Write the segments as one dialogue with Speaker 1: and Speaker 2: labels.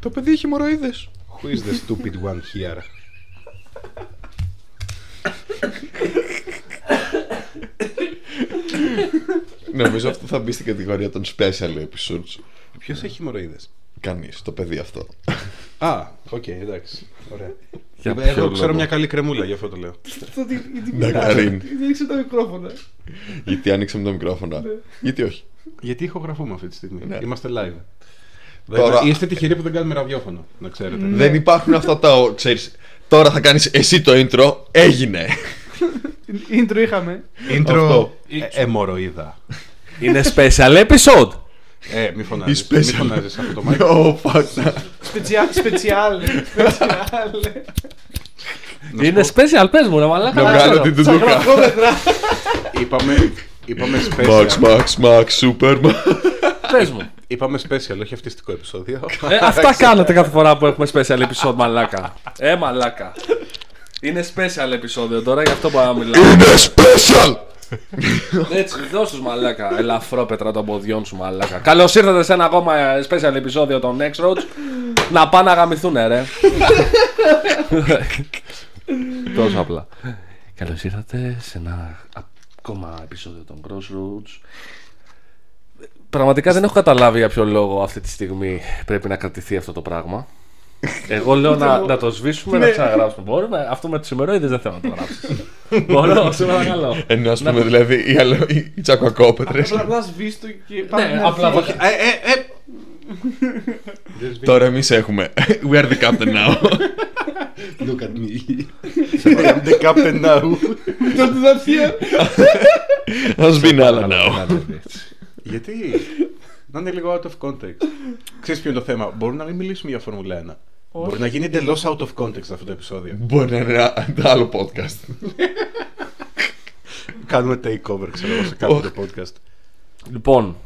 Speaker 1: Το παιδί έχει μοροίδε.
Speaker 2: Who is the stupid one here?
Speaker 3: Νομίζω αυτό θα μπει στην κατηγορία των special episodes.
Speaker 2: Ποιος έχει μοροίδες
Speaker 3: Κανείς, το παιδί αυτό.
Speaker 2: Α, οκ, εντάξει. Ωραία.
Speaker 3: Για
Speaker 2: Εδώ
Speaker 3: ποιο
Speaker 2: ξέρω
Speaker 3: λόγο?
Speaker 2: μια καλή κρεμούλα, γι' αυτό το λέω.
Speaker 3: Ναι, Καρίν.
Speaker 1: Δείξε τα μικρόφωνα.
Speaker 3: Γιατί άνοιξαμε τα μικρόφωνα.
Speaker 1: Ναι.
Speaker 3: Γιατί όχι.
Speaker 2: Γιατί ηχογραφούμε αυτή τη στιγμή.
Speaker 3: Ναι.
Speaker 2: Είμαστε live.
Speaker 3: Τώρα-
Speaker 2: Είστε τυχεροί που δεν κάνουμε ραδιόφωνο, να ξέρετε.
Speaker 3: Δεν υπάρχουν αυτά τα. ξέρεις, τώρα θα κάνεις εσύ το intro. Έγινε.
Speaker 1: Intro είχαμε.
Speaker 2: Intro.
Speaker 3: Αυτό.
Speaker 2: ε, Εμοροίδα.
Speaker 4: Είναι special episode.
Speaker 2: Ε, μη
Speaker 3: Η
Speaker 2: φωνάζεις. Μη
Speaker 3: special.
Speaker 2: φωνάζεις αυτό το mic.
Speaker 3: No, Oh, fuck that.
Speaker 1: Σπετσιά- Σπετσιάλε. Σπετσιάλε.
Speaker 2: Να σου
Speaker 4: Είναι special, πες μου, να
Speaker 3: Να
Speaker 4: μαλάκα. να
Speaker 3: βγάλω
Speaker 4: ξέρω.
Speaker 3: την τουντούκα.
Speaker 2: πω, Είπαμε, είπαμε
Speaker 3: Max,
Speaker 2: special.
Speaker 3: Max, Max, Super Max.
Speaker 4: Πες μου.
Speaker 2: Είπαμε special, όχι αυτιστικό επεισόδιο.
Speaker 4: Ε, αυτά κάνετε κάθε φορά που έχουμε special episode, μαλάκα. Ε, μαλάκα. Είναι special επεισόδιο τώρα, γι' αυτό πάμε να μιλάμε.
Speaker 3: Είναι Ναι, special!
Speaker 4: Έτσι, δώσ' τους μαλάκα. Ελαφρόπετρα των ποδιών σου, μαλάκα. Καλώς ήρθατε σε ένα ακόμα ε, special επεισόδιο των Next Roads. Να πάνε να γαμηθούνε, ρε. Τόσο απλά. Καλώς ήρθατε σε ένα ακόμα επεισόδιο των Crossroads. Πραγματικά δεν έχω καταλάβει για ποιο λόγο αυτή τη στιγμή πρέπει να κρατηθεί αυτό το πράγμα. Εγώ λέω να, να το σβήσουμε, να ξαναγράψουμε. Μπορούμε. Αυτό με του ημερόιδες δεν θέλω να το γράψει. Μπορώ, σε παρακαλώ.
Speaker 3: Ενώ α Ε, πούμε δηλαδή οι αλλο- οι- οι τσακοκόπετρες
Speaker 1: Απλά απλά σβήσ' το και πάμε
Speaker 4: Ναι,
Speaker 1: να
Speaker 4: απλά
Speaker 1: φύγει.
Speaker 4: όχι.
Speaker 2: Ε, ε, ε.
Speaker 3: Τώρα εμείς έχουμε. We are the captain now.
Speaker 2: Look at me. I am the captain now.
Speaker 1: Το του δαθεία.
Speaker 3: Ας been άλλα now.
Speaker 2: Γιατί να είναι λίγο out of context. Ξέρεις ποιο είναι το θέμα. Μπορούμε να μην μιλήσουμε για Φόρμουλα 1. Μπορεί να γίνει εντελώς out of context αυτό το επεισόδιο.
Speaker 3: Μπορεί να είναι ένα άλλο podcast.
Speaker 2: Κάνουμε takeover, ξέρω εγώ, σε κάποιο podcast.
Speaker 4: Λοιπόν,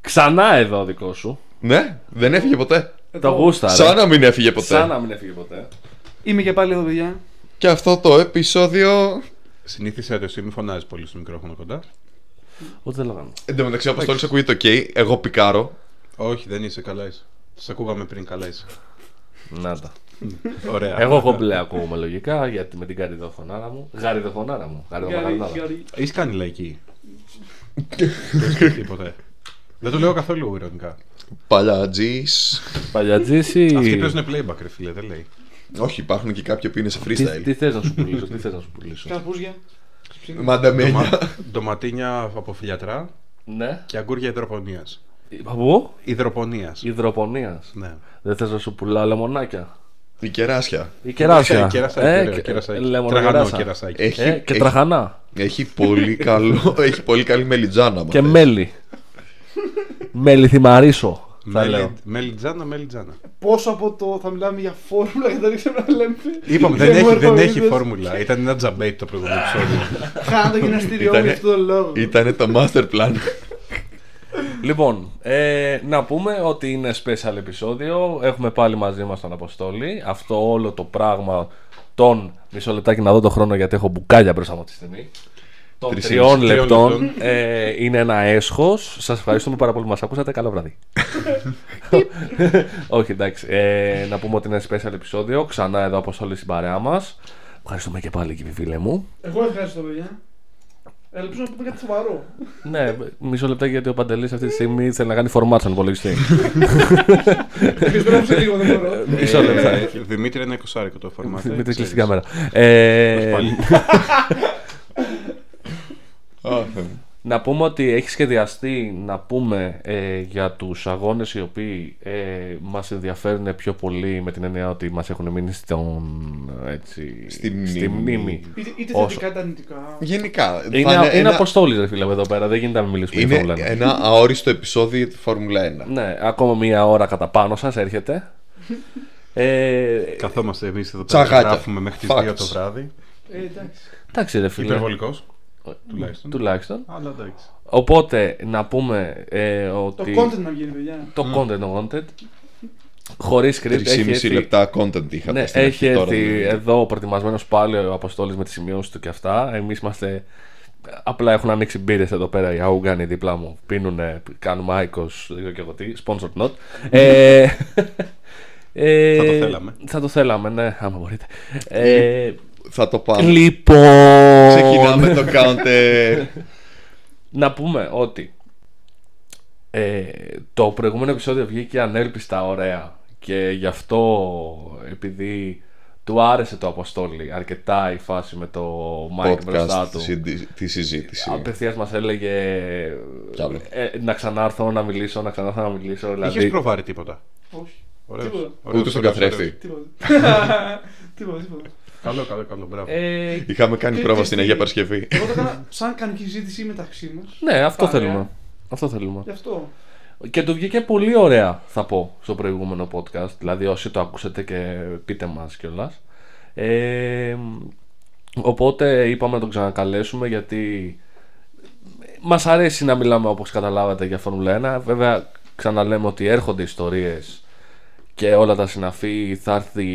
Speaker 4: ξανά εδώ ο δικό σου.
Speaker 3: Ναι, δεν έφυγε ποτέ.
Speaker 4: Το γούστα.
Speaker 3: Σαν να μην έφυγε
Speaker 4: Σαν
Speaker 3: ποτέ.
Speaker 4: να μην έφυγε ποτέ.
Speaker 1: Είμαι και πάλι εδώ, παιδιά.
Speaker 3: Και αυτό το επεισόδιο.
Speaker 2: Συνήθισε το εσύ, μην φωνάζεις πολύ στο μικρόφωνο κοντά.
Speaker 4: Ούτε δεν λέγαμε.
Speaker 3: Εν τω μεταξύ, ο Αποστόλη ακούει το OK, εγώ πικάρω.
Speaker 2: Όχι, δεν είσαι καλά είσαι. Σας ακούγαμε πριν, καλά είσαι.
Speaker 4: Να τα.
Speaker 2: Ωραία.
Speaker 4: Εγώ έχω μπλε ακούγομαι λογικά γιατί με την καριδοφωνάρα μου. Γαριδοφωνάρα μου.
Speaker 1: Γαρι,
Speaker 4: Γαριδοφωνάρα.
Speaker 1: γαρι.
Speaker 2: Είσαι κάνει λαϊκή. Δεν σκεφτεί ποτέ. Δεν το λέω καθόλου ηρωνικά.
Speaker 3: Παλιά τζις.
Speaker 2: Αυτοί
Speaker 4: Παλιατζήσι.
Speaker 2: παίζουν playback, ρε φίλε, δεν λέει.
Speaker 3: Όχι, υπάρχουν και κάποιοι που είναι σε
Speaker 4: Τι, τι
Speaker 3: freestyle.
Speaker 4: θες να σου πουλήσω, τι θες να σου πουλήσω.
Speaker 1: Καρπούζια.
Speaker 3: Μανταμένια.
Speaker 2: Ντομα- Ντοματίνια από φιλιατρά
Speaker 4: ναι.
Speaker 2: και αγκούρια υδροπονίας.
Speaker 4: Από
Speaker 2: Υδροπονίας.
Speaker 4: υδροπονίας.
Speaker 2: Ναι.
Speaker 4: Δεν θες να σου πουλάω λεμονάκια.
Speaker 3: Η κεράσια.
Speaker 4: Ή κεράσια.
Speaker 2: Κερασάκι,
Speaker 4: Ε,
Speaker 2: ωραίο,
Speaker 4: και-
Speaker 2: κερασάκι.
Speaker 4: λεμονοκεράσα.
Speaker 2: Τραγανό κερασάκι.
Speaker 3: Έχει,
Speaker 4: Ε, και
Speaker 3: έχει-
Speaker 4: τραχανά.
Speaker 3: έχει πολύ καλό, έχει πολύ καλή μελιτζάνα. άμα
Speaker 4: Και
Speaker 3: θες.
Speaker 4: μέλι. μέλι θυμαρίσω. Θα λέω.
Speaker 2: Μέλι- Μελιτζάνα, μελιτζάνα.
Speaker 1: Πόσο από το θα μιλάμε για φόρμουλα καταλήξαμε να λέμε.
Speaker 2: Είπαμε, δεν έχει, δεν έχει
Speaker 1: φόρμουλα.
Speaker 2: φόρμουλα. Ήταν ένα τζαμπέιτ το προηγούμενο επεισόδιο.
Speaker 1: Χάνω το γυμναστήριό μου
Speaker 3: Ήτανε-
Speaker 1: για αυτόν τον λόγο.
Speaker 3: Ήτανε το master plan.
Speaker 4: Λοιπόν, ε, να πούμε ότι είναι special επεισόδιο. Έχουμε πάλι μαζί μας τον Αποστόλη. Αυτό όλο το πράγμα των. Μισό λεπτάκι να δω το χρόνο γιατί έχω μπουκάλια μπροστά μου αυτή τη στιγμή. Των
Speaker 3: Τρεις
Speaker 4: τριών
Speaker 2: ήμιση. Τριών
Speaker 4: λεπτών.
Speaker 2: λεπτών.
Speaker 4: ε, είναι ένα έσχος. Σας ευχαριστούμε πάρα πολύ που μας ακούσατε. Καλό βράδυ. Όχι, εντάξει. Ε, να πούμε ότι είναι special επεισόδιο. Ξανά εδώ Αποστόλη στην παρέα μας. Ευχαριστούμε και πάλι, κύριε φίλε μου.
Speaker 1: Εγώ ευχαριστώ, παιδιά. Ελπίζω να πούμε κάτι σοβαρό.
Speaker 4: Ναι, μισό λεπτάκι γιατί ο Παντελής αυτή τη στιγμή θέλει να κάνει format στον υπολογιστή.
Speaker 1: Επιστρέψε λίγο, δεν μπορώ.
Speaker 4: Μισό λεπτάκι.
Speaker 2: Ε, Δημήτρη είναι εικοσάρικο το φόρμα.
Speaker 4: Μην το κλείσει την κάμερα. Ε,
Speaker 3: Α, Θεέ μου.
Speaker 4: να πούμε ότι έχει σχεδιαστεί να πούμε ε, για τους αγώνες οι οποίοι ε, μας ενδιαφέρουν πιο πολύ με την έννοια ότι μας έχουν μείνει στον, έτσι,
Speaker 3: Στη μνήμη.
Speaker 1: Είτε, είτε
Speaker 4: Όσο-
Speaker 1: θετικά είτε αρνητικά.
Speaker 3: Γενικά. θα
Speaker 4: Είναι, είναι
Speaker 3: ένα-
Speaker 4: αποστόλης, ρε φίλε, εδώ πέρα. Δεν γίνεται να μην μιλήσουμε για
Speaker 3: είναι ε,
Speaker 4: Φόρμουλα ένα.
Speaker 3: ένα αόριστο επεισόδιο για τη Φόρμουλα 1.
Speaker 4: Ναι, ακόμα μία ώρα κατά πάνω σας έρχεται. Ε,
Speaker 2: Καθόμαστε εμείς εδώ πέρα.
Speaker 3: Τσαγάκια.
Speaker 2: Γράφουμε μέχρι τις
Speaker 3: Facts.
Speaker 2: 2 το βράδυ.
Speaker 1: Ε, εντάξει.
Speaker 4: εντάξει ρε φίλε,
Speaker 2: Υπερβολικός. Τουλάχιστον.
Speaker 4: τουλάχιστον.
Speaker 2: Αλλά εντάξει.
Speaker 4: Οπότε να πούμε ε,
Speaker 1: Το
Speaker 4: ότι...
Speaker 1: content να βγαίνει, παιδιά.
Speaker 3: Mm.
Speaker 4: Το content wanted. Χωρίς script έχει
Speaker 3: 3,5
Speaker 4: έρθει-
Speaker 3: λεπτά content είχατε.
Speaker 4: Ναι,
Speaker 3: στην
Speaker 4: έχει
Speaker 3: αρχή, τώρα δηλαδή.
Speaker 4: έρθει
Speaker 3: δεν-
Speaker 4: εδώ προετοιμασμένος πάλι ο Αποστόλης με τις σημειώσεις του και αυτά. Εμείς είμαστε. Απλά έχουν ανοίξει μπύρες εδώ πέρα οι Αούγκανοι δίπλα μου. Πίνουν, κάνουμε Άικο, δεν ξέρω και εγώ τι. Sponsored not. ε, Ε,
Speaker 2: Θα το θέλαμε.
Speaker 4: Θα το θέλαμε, ναι, άμα μπορείτε. Ε,
Speaker 3: Θα το πάμε.
Speaker 4: λοιπόν.
Speaker 3: Ξεκινάμε το counter.
Speaker 4: Να πούμε ότι ε, το προηγούμενο επεισόδιο βγήκε ανέλπιστα ωραία και γι' αυτό επειδή του άρεσε το Αποστόλη αρκετά η φάση με το Mike μπροστά
Speaker 3: podcast
Speaker 4: του.
Speaker 3: τη συν- τη συζήτηση.
Speaker 4: Απευθείας μας έλεγε
Speaker 3: Κι άλλο.
Speaker 4: ε, να ξανάρθω να μιλήσω, να ξανάρθω να μιλήσω.
Speaker 2: Είχε
Speaker 4: Δηλαδή,
Speaker 2: προβάρει τίποτα.
Speaker 1: Όχι.
Speaker 2: Ωραίος,
Speaker 1: Τίποτα.
Speaker 2: ωραίος,
Speaker 3: Ούτε στον
Speaker 2: ωραίος,
Speaker 3: καθρέφτη.
Speaker 2: ωραίος.
Speaker 1: Τίποτα. Τίποτα, τίποτα.
Speaker 2: Καλό, καλό, καλό. Μπράβο.
Speaker 1: Ε,
Speaker 3: Είχαμε κάνει
Speaker 1: Τι-
Speaker 3: πρόβα
Speaker 1: τι-
Speaker 3: στην
Speaker 1: τι-
Speaker 3: Αγία Παρασκευή.
Speaker 1: Εγώ το έκανα σαν κανονική συζήτηση μεταξύ μας.
Speaker 4: ναι, αυτό
Speaker 1: Παρέα.
Speaker 4: θέλουμε. Αυτό θέλουμε.
Speaker 1: Γι' αυτό.
Speaker 4: Και του βγήκε πολύ ωραία, θα πω, στο προηγούμενο podcast. Δηλαδή, όσοι το ακούσετε και πείτε μας κιόλας. Ε, οπότε είπαμε να τον ξανακαλέσουμε γιατί μας αρέσει να μιλάμε όπως καταλάβατε για Φόρμουλα 1. Βέβαια, ξαναλέμε ότι έρχονται ιστορίες και όλα τα συναφή. Θα έρθει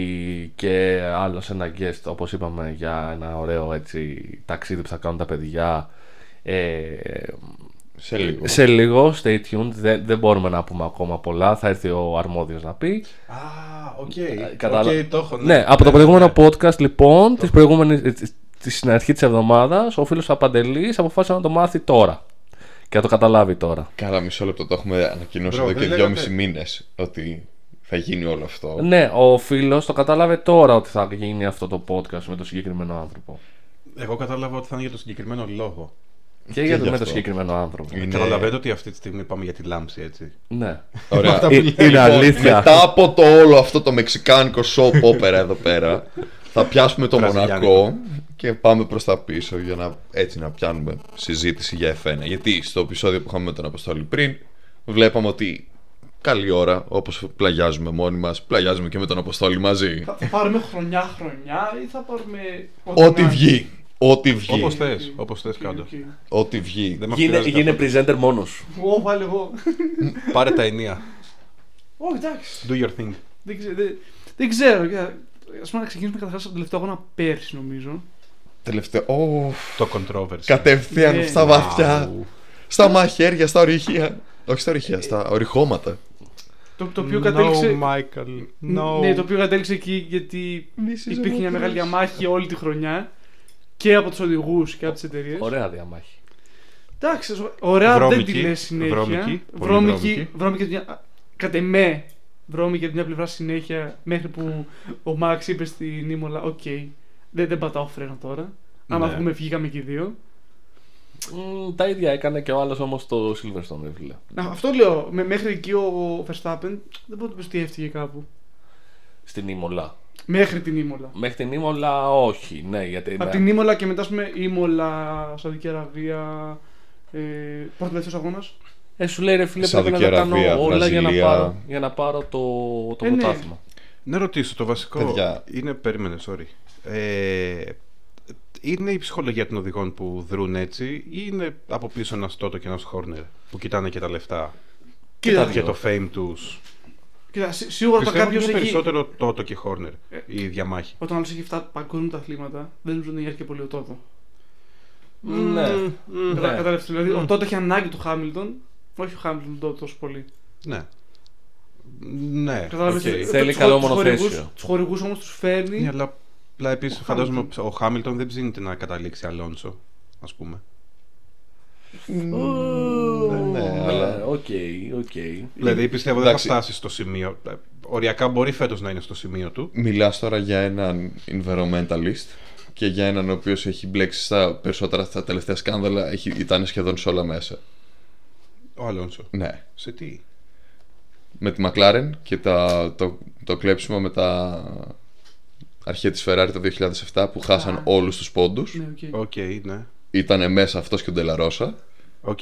Speaker 4: και άλλος ένα guest, όπως είπαμε, για ένα ωραίο έτσι, ταξίδι που θα κάνουν τα παιδιά. Ε,
Speaker 3: Σε λίγο.
Speaker 4: σε λίγο, stay tuned. Δεν, δεν μπορούμε να πούμε ακόμα πολλά. Θα έρθει ο αρμόδιος να πει. Ε,
Speaker 2: Α, οκ.
Speaker 3: Ε,
Speaker 4: Κατάλα-
Speaker 2: Οκ, το έχω. Ε,
Speaker 4: ναι, από το προηγούμενο podcast λοιπόν, τη προηγούμενη. ε, της- της- Στην αρχή της εβδομάδας, ο φίλος Απαντελής αποφάσισε να το μάθει τώρα. Και να το καταλάβει τώρα.
Speaker 3: Καλά, μισό λεπτό το έχουμε ανακοινώσει
Speaker 2: Μπρο,
Speaker 3: εδώ
Speaker 2: δεν
Speaker 3: και
Speaker 2: λέγατε.
Speaker 3: δυόμιση μήνες ότι θα γίνει όλο αυτό.
Speaker 4: Ναι, ο φίλος το κατάλαβε τώρα ότι θα γίνει αυτό το podcast με τον συγκεκριμένο άνθρωπο.
Speaker 2: Εγώ κατάλαβα ότι θα είναι για το συγκεκριμένο λόγο.
Speaker 4: Και για
Speaker 3: Ε, γι'
Speaker 4: το, με
Speaker 3: αυτό.
Speaker 4: τον συγκεκριμένο άνθρωπο.
Speaker 3: Είναι-
Speaker 2: Καταλαβαίνετε ότι αυτή τη στιγμή πάμε για τη λάμψη, έτσι.
Speaker 4: Ναι.
Speaker 3: Ωραία.
Speaker 4: Ε, Είναι αλήθεια.
Speaker 3: λοιπόν, Μετά από το όλο αυτό το μεξικάνικο soap opera εδώ πέρα, θα πιάσουμε το
Speaker 2: Βραζιλιάνικο.
Speaker 3: Μονακό και πάμε προς τα πίσω για να, έτσι να πιάνουμε συζήτηση για F1. Γιατί στο επεισόδιο που είχαμε με τον Αποστόλη πριν, βλέπαμε ότι καλή ώρα, όπως πλαγιάζουμε μόνοι μας, πλαγιάζουμε και με τον Αποστόλη μαζί.
Speaker 1: Θα, θα πάρουμε χρονιά χρονιά ή θα πάρουμε.
Speaker 3: Ό,τι βγει. Ό,τι βγει.
Speaker 2: Όπως θες, όπως θες, κάτω.
Speaker 3: Ό,τι βγει.
Speaker 2: Δεν μας
Speaker 4: Γίνε,
Speaker 2: πειράζει
Speaker 4: γίνε
Speaker 2: καθόλου.
Speaker 4: presenter μόνος.
Speaker 1: Ω, πάλι εγώ.
Speaker 2: Πάρε τα ενία.
Speaker 1: Όχι, εντάξει.
Speaker 2: Do your thing.
Speaker 1: Δεν ξέρω. Δεν, δεν ξέρω. για- Ας πούμε να ξεκινήσουμε καταρχάς από τον τελευταίο αγώνα πέρσι νομίζω.
Speaker 3: Τελευταίο. Ω,
Speaker 2: Το controversy.
Speaker 1: Ναι.
Speaker 3: κατευθείαν στα βαθιά.
Speaker 2: Αου.
Speaker 3: Στα μαχαίρια, στα ορυχεία. Όχι στα ορυχεία, στα ορυχώματα.
Speaker 1: Το, το οποίο κατέληξε...
Speaker 2: No, Michael. No.
Speaker 1: Ναι, το οποίο κατέληξε εκεί γιατί υπήρχε μια μεγάλη διαμάχη όλη τη χρονιά και από τους οδηγούς και από τις εταιρείες.
Speaker 4: Ωραία διαμάχη.
Speaker 1: Εντάξει, σω- ωραία δεν
Speaker 2: Βρώμικη,
Speaker 1: τη λες συνέχεια.
Speaker 2: βρώμικη, πολύ βρώμικη.
Speaker 1: βρώμικη από τη μια- κατ' εμέ, βρώμικη από την μια πλευρά συνέχεια μέχρι που ο Μάξ είπε στην Ήμολα, οκ, δεν, δεν πατάω φρένο τώρα. Άμα
Speaker 2: Ναι.
Speaker 1: βγούμε βγήκαμε και οι δύο.
Speaker 4: Μ, τα ίδια έκανε και ο άλλος όμως στο Silverstone, ρε φίλε.
Speaker 1: Να, αυτό λέω, με, μέχρι εκεί ο Verstappen δεν μπορώ να πω ότι έφυγε κάπου.
Speaker 4: Στην Ήμολα.
Speaker 1: Μέχρι την Ήμολα.
Speaker 4: Μέχρι την Ήμολα, όχι. Ναι, γιατί.
Speaker 1: Από την Ήμολα και μετά, ας πούμε, Ήμολα, Σαουδική Αραβία. Ε, πρώτος τελευταίος αγώνας.
Speaker 4: Ε, σου λέει ρε φίλε, πρέπει να
Speaker 3: Σαουδική
Speaker 4: τα κάνω
Speaker 3: Αραβία,
Speaker 4: όλα για να,
Speaker 3: Βραζιλία.
Speaker 4: πάρω, για να πάρω το, το
Speaker 1: Ε, ναι.
Speaker 4: πρωτάθλημα.
Speaker 2: Να ρωτήσω το βασικό.
Speaker 3: Παιδιά.
Speaker 2: Είναι. Περίμενε, sorry. Ε, είναι η ψυχολογία των οδηγών που δρούν έτσι, ή είναι από πίσω ένας Τότο και ένας Χόρνερ που κοιτάνε και τα λεφτά
Speaker 1: Κοίτα,
Speaker 2: και το fame τους.
Speaker 1: κοίτα, σί- σίγουρα όταν
Speaker 2: Πιστεύω Ε. ότι
Speaker 1: κάποιος
Speaker 2: είναι
Speaker 1: έχει.
Speaker 2: περισσότερο Τότο και Χόρνερ η διαμάχη.
Speaker 1: Όταν άλλος έχει φτάσει παγκόσμια τα αθλήματα, δεν νομίζω να είναι και πολύ ο Τότο.
Speaker 4: Ναι.
Speaker 1: Κατα-
Speaker 4: ναι.
Speaker 1: Κατάλαβες, Δηλαδή, ο Τότο έχει ανάγκη του Χάμιλτον. Όχι ο Χάμιλτον τον Τότο τόσο πολύ. ε,
Speaker 2: Ναι. Ναι.
Speaker 1: Κατάλαβε.
Speaker 2: οκ.
Speaker 4: Θέλει καλό μονοθέσιο.
Speaker 1: Τους χορηγούς όμως τους φέρνει.
Speaker 2: Ναι, αλλά απλά επίσης φαντάζομαι ο Χάμιλτον δεν ψήνεται να καταλήξει Αλόνσο, ας πούμε.
Speaker 1: Ε,
Speaker 3: Ναι,
Speaker 4: Ναι,
Speaker 3: αλλά.
Speaker 4: οκ, οκ.
Speaker 2: Δηλαδή πιστεύω δεν θα
Speaker 3: Εντάξει.
Speaker 2: φτάσει στο σημείο. Ε, Οριακά μπορεί φέτος να είναι στο σημείο του.
Speaker 3: Μιλάς τώρα για έναν environmentalist και για έναν ο οποίος έχει μπλέξει στα περισσότερα στα τελευταία σκάνδαλα, έχει, ήταν σχεδόν σε όλα μέσα.
Speaker 2: Ο Αλόνσο.
Speaker 3: Ναι.
Speaker 2: Σε τι.
Speaker 3: Με τη McLaren και τα, το, το κλέψιμο με τα αρχαία της Ferrari το 2007 που χάσαν
Speaker 1: Α.
Speaker 3: όλους τους πόντους.
Speaker 1: Ναι, οκ.
Speaker 2: Οκ, ναι.
Speaker 3: Ήτανε μέσα αυτός και ο Ντελαρόσα.
Speaker 2: Οκ.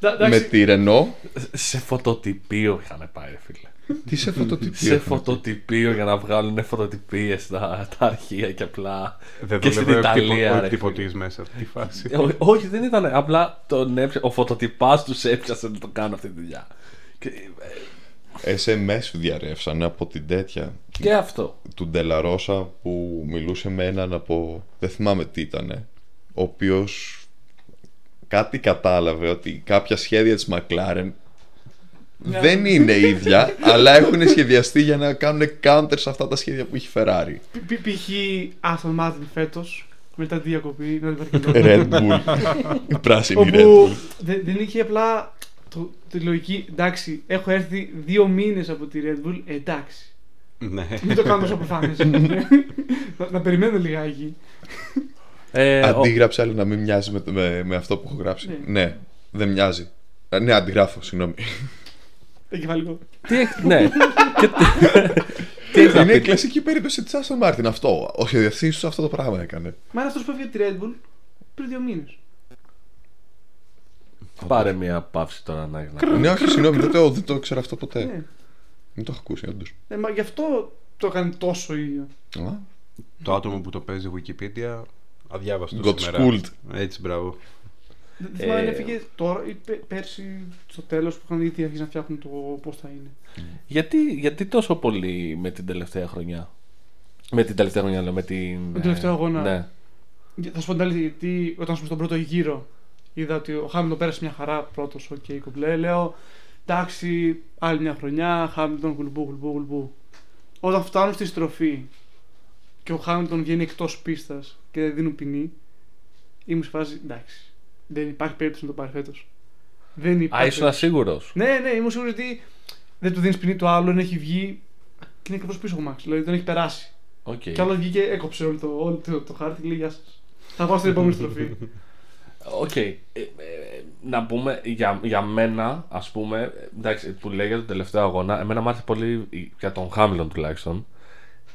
Speaker 1: Ντα-
Speaker 3: Με
Speaker 1: εντάξει,
Speaker 3: τη Renault.
Speaker 4: Σε φωτοτυπίο είχαν πάει, ρε φίλε.
Speaker 3: Τι σε φωτοτυπία.
Speaker 4: Σε φωτοτυπίο για να βγάλουν φωτοτυπίες τα, τα αρχεία και απλά.
Speaker 2: Δεν
Speaker 4: και
Speaker 3: ε,
Speaker 4: στην Ιταλία,
Speaker 2: ο
Speaker 4: ρε. φίλε.
Speaker 2: εκτυπωτή μέσα αυτή τη φάση.
Speaker 4: Ε, ό- Όχι, δεν ήταν. Απλά τον έπιασε- ο φωτοτυπά του έπιασε να το κάνω αυτή τη δουλειά. Και, ε,
Speaker 3: SMS διαρρεύσαν από την τέτοια
Speaker 4: και αυτό.
Speaker 3: του Ντελαρόσα που μιλούσε με έναν από. Δεν θυμάμαι τι ήτανε. Ο οποίος κάτι κατάλαβε ότι κάποια σχέδια της McLaren δεν είναι ίδια, αλλά έχουν σχεδιαστεί για να κάνουν counter σε αυτά τα σχέδια που έχει η Ferrari.
Speaker 1: Π- π- Π.χ. Aston Martin φέτο, μετά τη διακοπή, να την παρακολουθώ.
Speaker 3: Red Bull. Η πράσινη Red
Speaker 1: όπου
Speaker 3: Bull.
Speaker 1: δε- δεν είχε απλά το, τη λογική. Εντάξει, έχω έρθει δύο μήνες από τη Red Bull. Εντάξει.
Speaker 2: Ναι.
Speaker 1: Μην το κάνω τόσο προφανέ. να, να περιμένω λιγάκι.
Speaker 4: Ε, ο-
Speaker 3: Αντίγραψε άλλο να μην μοιάζει με, με, με αυτό που έχω γράψει.
Speaker 1: Ναι.
Speaker 3: Ναι, δεν μοιάζει. Ε, Ναι, αντιγράφω, συγγνώμη.
Speaker 1: Εγκεφαλικό.
Speaker 4: τι έχ- ναι. Και τι- τι έχεις να
Speaker 3: Είναι η
Speaker 4: πείτε.
Speaker 3: κλασική περίπτωση της Άστον Μάρτιν αυτό. Ο σχεδιαστή του αυτό το πράγμα έκανε.
Speaker 1: Μα είναι αυτός που έφυγε από τη Red Bull πριν δύο μήνες.
Speaker 4: Πάρε μια παύση τώρα να να-
Speaker 3: Ναι, όχι, συγγνώμη, δεν το, δεν το ήξερα αυτό
Speaker 4: Ε.
Speaker 3: ποτέ.
Speaker 1: Ναι.
Speaker 3: Δεν το έχω ακούσει, όντως.
Speaker 1: Ε, μα γι' αυτό το έκανε τόσο ίδιο.
Speaker 2: Το άτομο που το παίζει Wikipedia αδιάβαστο
Speaker 3: Got
Speaker 2: σήμερα.
Speaker 3: schooled.
Speaker 2: Έτσι, μπράβο.
Speaker 1: Δεν δεν θυμάμαι αν
Speaker 4: Ε,
Speaker 1: έφυγε τώρα ή πε- πέρσι στο τέλος που είχαν ήδη αρχίσει να φτιάχνουν το πώς θα είναι.
Speaker 4: Γιατί, γιατί τόσο πολύ με την τελευταία χρονιά. Με την τελευταία χρονιά, λέω. Με, την,
Speaker 1: τον τελευταίο
Speaker 4: ε,
Speaker 1: αγώνα.
Speaker 4: Ναι.
Speaker 1: Για- Θα σου πω την αλήθεια, γιατί όταν ήμουν στον πρώτο γύρο είδα ότι ο Χάμιλτον πέρασε μια χαρά πρώτος, οκ, okay, κομπλέ. Λέω, εντάξει, άλλη μια χρονιά, Χάμιλτον γουλμπού, γουλμπού, γουλμπού. Όταν φτάνουν στη στροφή και ο Χάμιλτον βγαίνει εκτός πίστας και δεν δίνουν ποινή, ήμουν σε φάση, εντάξει, δεν υπάρχει περίπτωση να το πάρει φέτος. Δεν
Speaker 4: Α,
Speaker 1: υπάρχει.
Speaker 4: ήσουν σίγουρο.
Speaker 1: Ναι, ναι, ήμουν σίγουρος ότι δεν του δίνεις ποινή του άλλου, έχει βγει και είναι ακριβώ πίσω ο Μαξ. Δηλαδή τον έχει περάσει.
Speaker 3: Ε.
Speaker 4: Okay.
Speaker 1: Κι άλλο βγήκε, έκοψε όλο το, όλο το, το χάρτη και λέει Γεια σας. Θα πάω στην επόμενη στροφή.
Speaker 4: Οκ. Ε, ε, να πούμε για, για μένα, ας πούμε, ε, εντάξει, που λέει για τον τελευταίο αγώνα, εμένα μου άρεσε πολύ η- για τον Χάμιλον τουλάχιστον.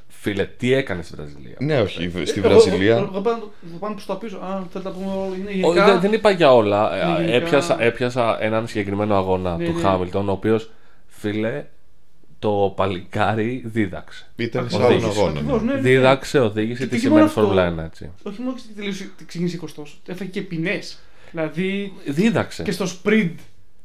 Speaker 4: Φίλε, τι έκανε στη Βραζιλία.
Speaker 3: Ναι, όχι, στη
Speaker 1: Εγώ- εγώ-
Speaker 3: Βραζιλία.
Speaker 1: Εγώ πάνω το πάμε προς τα πίσω. Α, θέλετε να πούμε όλα. Είναι
Speaker 4: Ο,
Speaker 1: γενικά.
Speaker 4: δεν, δεν είπα για όλα. Ε,
Speaker 1: Ναι, γενικά-
Speaker 4: Έπιασα, έπιασα έναν συγκεκριμένο αγώνα
Speaker 1: Ναι,
Speaker 4: του
Speaker 1: ναι.
Speaker 4: Χάμιλτον, ο οποίος, φίλε, το παλικάρι δίδαξε.
Speaker 3: Ήταν σε
Speaker 4: Οδήγησε.
Speaker 3: άλλον αγώνα.
Speaker 1: Ακριβώς,
Speaker 3: ναι.
Speaker 1: ναι, ναι.
Speaker 4: Δίδαξε, οδήγησε
Speaker 1: Και
Speaker 4: τι
Speaker 1: τι
Speaker 4: σημαίνει
Speaker 1: μόνο αυτό.
Speaker 4: Φόρμουλα 1, έτσι.
Speaker 1: Όχι μόνο ότι τελείωσε- ότι ξεκίνησε 20 έφαγε και ποινές. Δηλαδή
Speaker 4: Δίδαξε.
Speaker 1: και στο sprint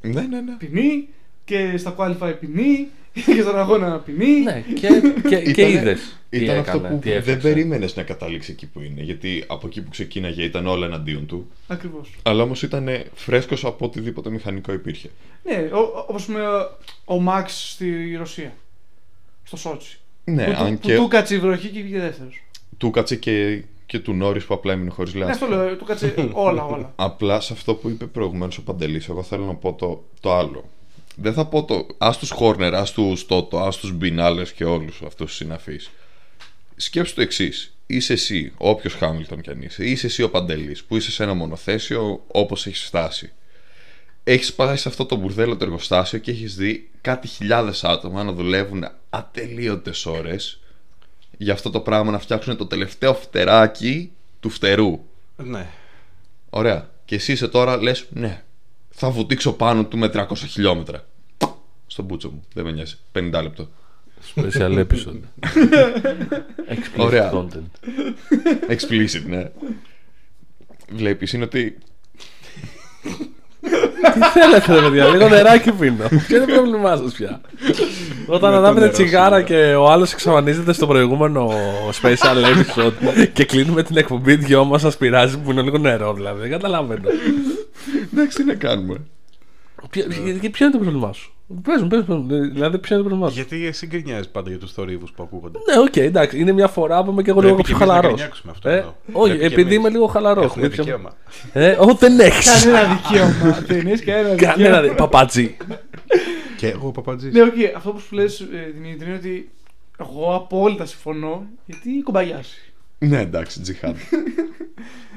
Speaker 3: Ναι, ναι, ναι.
Speaker 1: ποινή και στα qualify ποινή και στον αγώνα ποινή.
Speaker 4: Ναι, και, και, και
Speaker 3: Ήτανε-
Speaker 4: είδες.
Speaker 3: Ήταν αυτό που δεν περίμενες να καταλήξει εκεί που είναι. Γιατί από εκεί που ξεκίναγε ήταν όλα εναντίον του.
Speaker 1: Ακριβώς.
Speaker 3: Αλλά όμως ήταν φρέσκος από οτιδήποτε μηχανικό υπήρχε.
Speaker 1: Ναι, όπω με ο Μαξ στη Ρωσία. Στο Σότσι.
Speaker 3: Ναι,
Speaker 1: που,
Speaker 3: αν
Speaker 1: του-
Speaker 3: και
Speaker 1: που του κάτσε η βροχή και βγήκε δεύτερος.
Speaker 3: του κάτσε και, και του Νόρις που απλά έμεινε χωρίς
Speaker 1: Ναι,
Speaker 3: λάσπη.
Speaker 1: αυτό λέω. Του κάτσε όλα, όλα.
Speaker 3: Απλά σε αυτό που είπε προηγουμένως ο Παντελής, εγώ θέλω να πω το, το άλλο. Δεν θα πω το. Ας τους Χόρνερ, ας τους Τότο, ας τους Μπινάλες και όλους αυτούς του συναφείς. Σκέψου το εξής. Είσαι εσύ, όποιος Χάμιλτον κι αν είσαι, είσαι εσύ ο Παντελής που είσαι σε ένα μονοθέσιο όπως έχεις φτάσει. Έχεις πάει σε αυτό το μπουρδέλο το εργοστάσιο και έχεις δει κάτι χιλιάδες άτομα να δουλεύουν ατελείωτες ώρες για αυτό το πράγμα να φτιάξουν το τελευταίο φτεράκι του φτερού.
Speaker 2: Ναι.
Speaker 3: Ωραία. Και εσύ είσαι τώρα, λες, ναι, θα βουτήξω πάνω του με 300 χιλιόμετρα. Στον μπούτσο μου. Δεν με νοιάζει. 50 λεπτό.
Speaker 4: Special episode. Explicit
Speaker 3: Ωραία.
Speaker 4: content.
Speaker 3: Explicit, ναι. Βλέπεις, είναι ότι.
Speaker 4: Τι θέλετε, ρε παιδιά, λίγο νεράκι πίνω. Ποιο είναι το πρόβλημά σας πια. Όταν ανάβετε
Speaker 2: νερό
Speaker 4: τσιγάρα
Speaker 2: σήμερα.
Speaker 4: και ο άλλος εξαφανίζεται στο προηγούμενο special episode και κλείνουμε την εκπομπή, δυο μας σας πειράζει που είναι λίγο νερό, δηλαδή. Δεν καταλαβαίνω.
Speaker 3: Εντάξει, τι να κάνουμε.
Speaker 4: Ποιο ποιο είναι το πρόβλημά σου. Πες μου, πες μου, δηλαδή ποιο είναι το πρόβλημά σου.
Speaker 2: Γιατί εσύ γκρινιάζει πάντα για τους θορύβους που ακούγονται.
Speaker 4: Ναι, οκ, εντάξει, είναι μια φορά που είμαι και εγώ
Speaker 2: Πρέπει
Speaker 4: λίγο
Speaker 2: και
Speaker 4: πιο
Speaker 2: εμείς να
Speaker 4: χαλαρός.
Speaker 2: γκρινιάξουμε αυτό
Speaker 4: Ε,
Speaker 2: εδώ.
Speaker 4: όχι,
Speaker 2: Πρέπει και
Speaker 4: επειδή
Speaker 2: εμείς.
Speaker 4: είμαι λίγο χαλαρός.
Speaker 2: Έχουμε δικαίωμα.
Speaker 4: Ε, ό, δεν έχεις.
Speaker 1: Κανένα δικαίωμα. Δεν έχεις κανένα δικαίωμα.
Speaker 4: Κανένα δε- παπατζή.
Speaker 2: Λοιπόν. Και εγώ παπατζή.
Speaker 1: Ναι, οκ, αυτό που σου λες, ε, Δημήτρη, είναι ότι εγώ απόλυτα συμφωνώ, γιατί κομπαγιάσει.
Speaker 3: Ναι, εντάξει, τζιχάντ.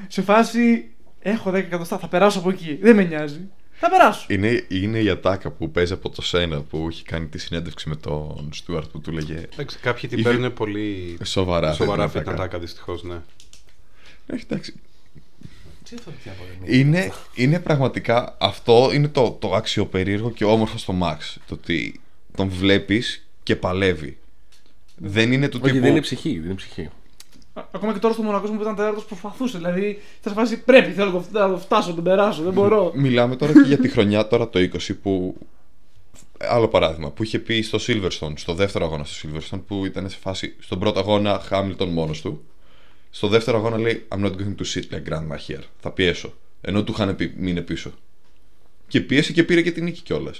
Speaker 1: Σε φάση, έχω 10 εκατοστά, θα περάσω από εκεί. Δεν με νοιάζει. Θα περάσω.
Speaker 3: είναι, είναι η ατάκα που παίζει από το Σένα που έχει κάνει τη συνέντευξη με τον Στούαρτ που του λέγε.
Speaker 2: Εντάξει, κάποιοι την
Speaker 3: Είχε-
Speaker 2: παίρνουν πολύ
Speaker 3: Σοβαρά. αυτή
Speaker 2: σοβαρά
Speaker 3: την
Speaker 2: αυτή την
Speaker 3: ατάκα.
Speaker 2: ατάκα δυστυχώς, ναι.
Speaker 3: Όχι, Ε, εντάξει. Είναι, είναι πραγματικά αυτό είναι το, το αξιοπερίεργο και όμορφο στο Max. Το ότι τον βλέπεις και παλεύει. Δεν είναι του
Speaker 4: Όχι,
Speaker 3: τύπου.
Speaker 4: δεν είναι ψυχή, δεν είναι ψυχή.
Speaker 1: Α- Ακόμα και τώρα στο μονακό μου που ήταν τέταρτο προσπαθούσε. Δηλαδή, θα σε φάση πρέπει, θέλω να το φτα- να το φτάσω, να τον περάσω, δεν μπορώ.
Speaker 3: Μιλάμε τώρα και για τη χρονιά τώρα το 20 που. Άλλο παράδειγμα, που είχε πει στο Silverstone, στο δεύτερο αγώνα στο Silverstone, που ήταν σε φάση. Στον πρώτο αγώνα, Hamilton μόνος του. Στο δεύτερο αγώνα λέει I'm not going to sit like grandma here. Θα πιέσω. Ενώ του είχαν πει μείνε πίσω. Και πίεσε και πήρε και την νίκη κιόλας.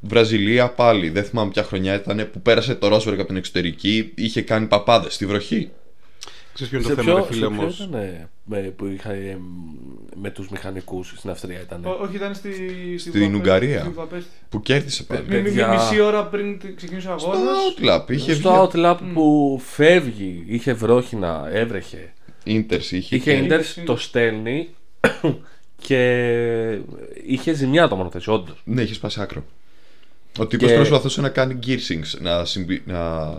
Speaker 3: Βραζιλία πάλι, δεν θυμάμαι ποια χρονιά ήταν που πέρασε το Ρόσβερκ από την εξωτερική, είχε κάνει παπάδες στη βροχή.
Speaker 2: Ξέρεις ποιο είναι
Speaker 4: Σε
Speaker 2: το θέμα,
Speaker 4: ποιο,
Speaker 2: ρε
Speaker 4: σε
Speaker 2: φίλε
Speaker 4: ποιος
Speaker 2: όμως.
Speaker 4: ήταν ε, με, που είχα, ε, με τους μηχανικούς στην Αυστρία ήταν. ε?
Speaker 1: Ό, όχι, ήταν στη, στη
Speaker 3: Στην
Speaker 1: Βουδαπέστη,
Speaker 3: Ουγγαρία.
Speaker 1: στη Βουδαπέστη.
Speaker 3: Που κέρδισε πάλι.
Speaker 1: Μη- μη-
Speaker 4: παιδιά.
Speaker 1: Μισή ώρα πριν τη- ξεκινήσει ο
Speaker 3: Στο
Speaker 1: αγώνας.
Speaker 3: Outlap, είχε βγει.
Speaker 4: Στο Outlap που φεύγει, είχε βρόχινα, έβρεχε.
Speaker 3: Ίντερς είχε.
Speaker 4: Είχε
Speaker 3: και-
Speaker 4: Ιντερς, το στέλνει και είχε ζημιά το μονοθέσιο, όντως.
Speaker 3: Ναι, είχε σπάσει άκρο. Ο τύπο
Speaker 4: Και-
Speaker 3: προσπαθούσε να κάνει gearsings, να, συμπι- να...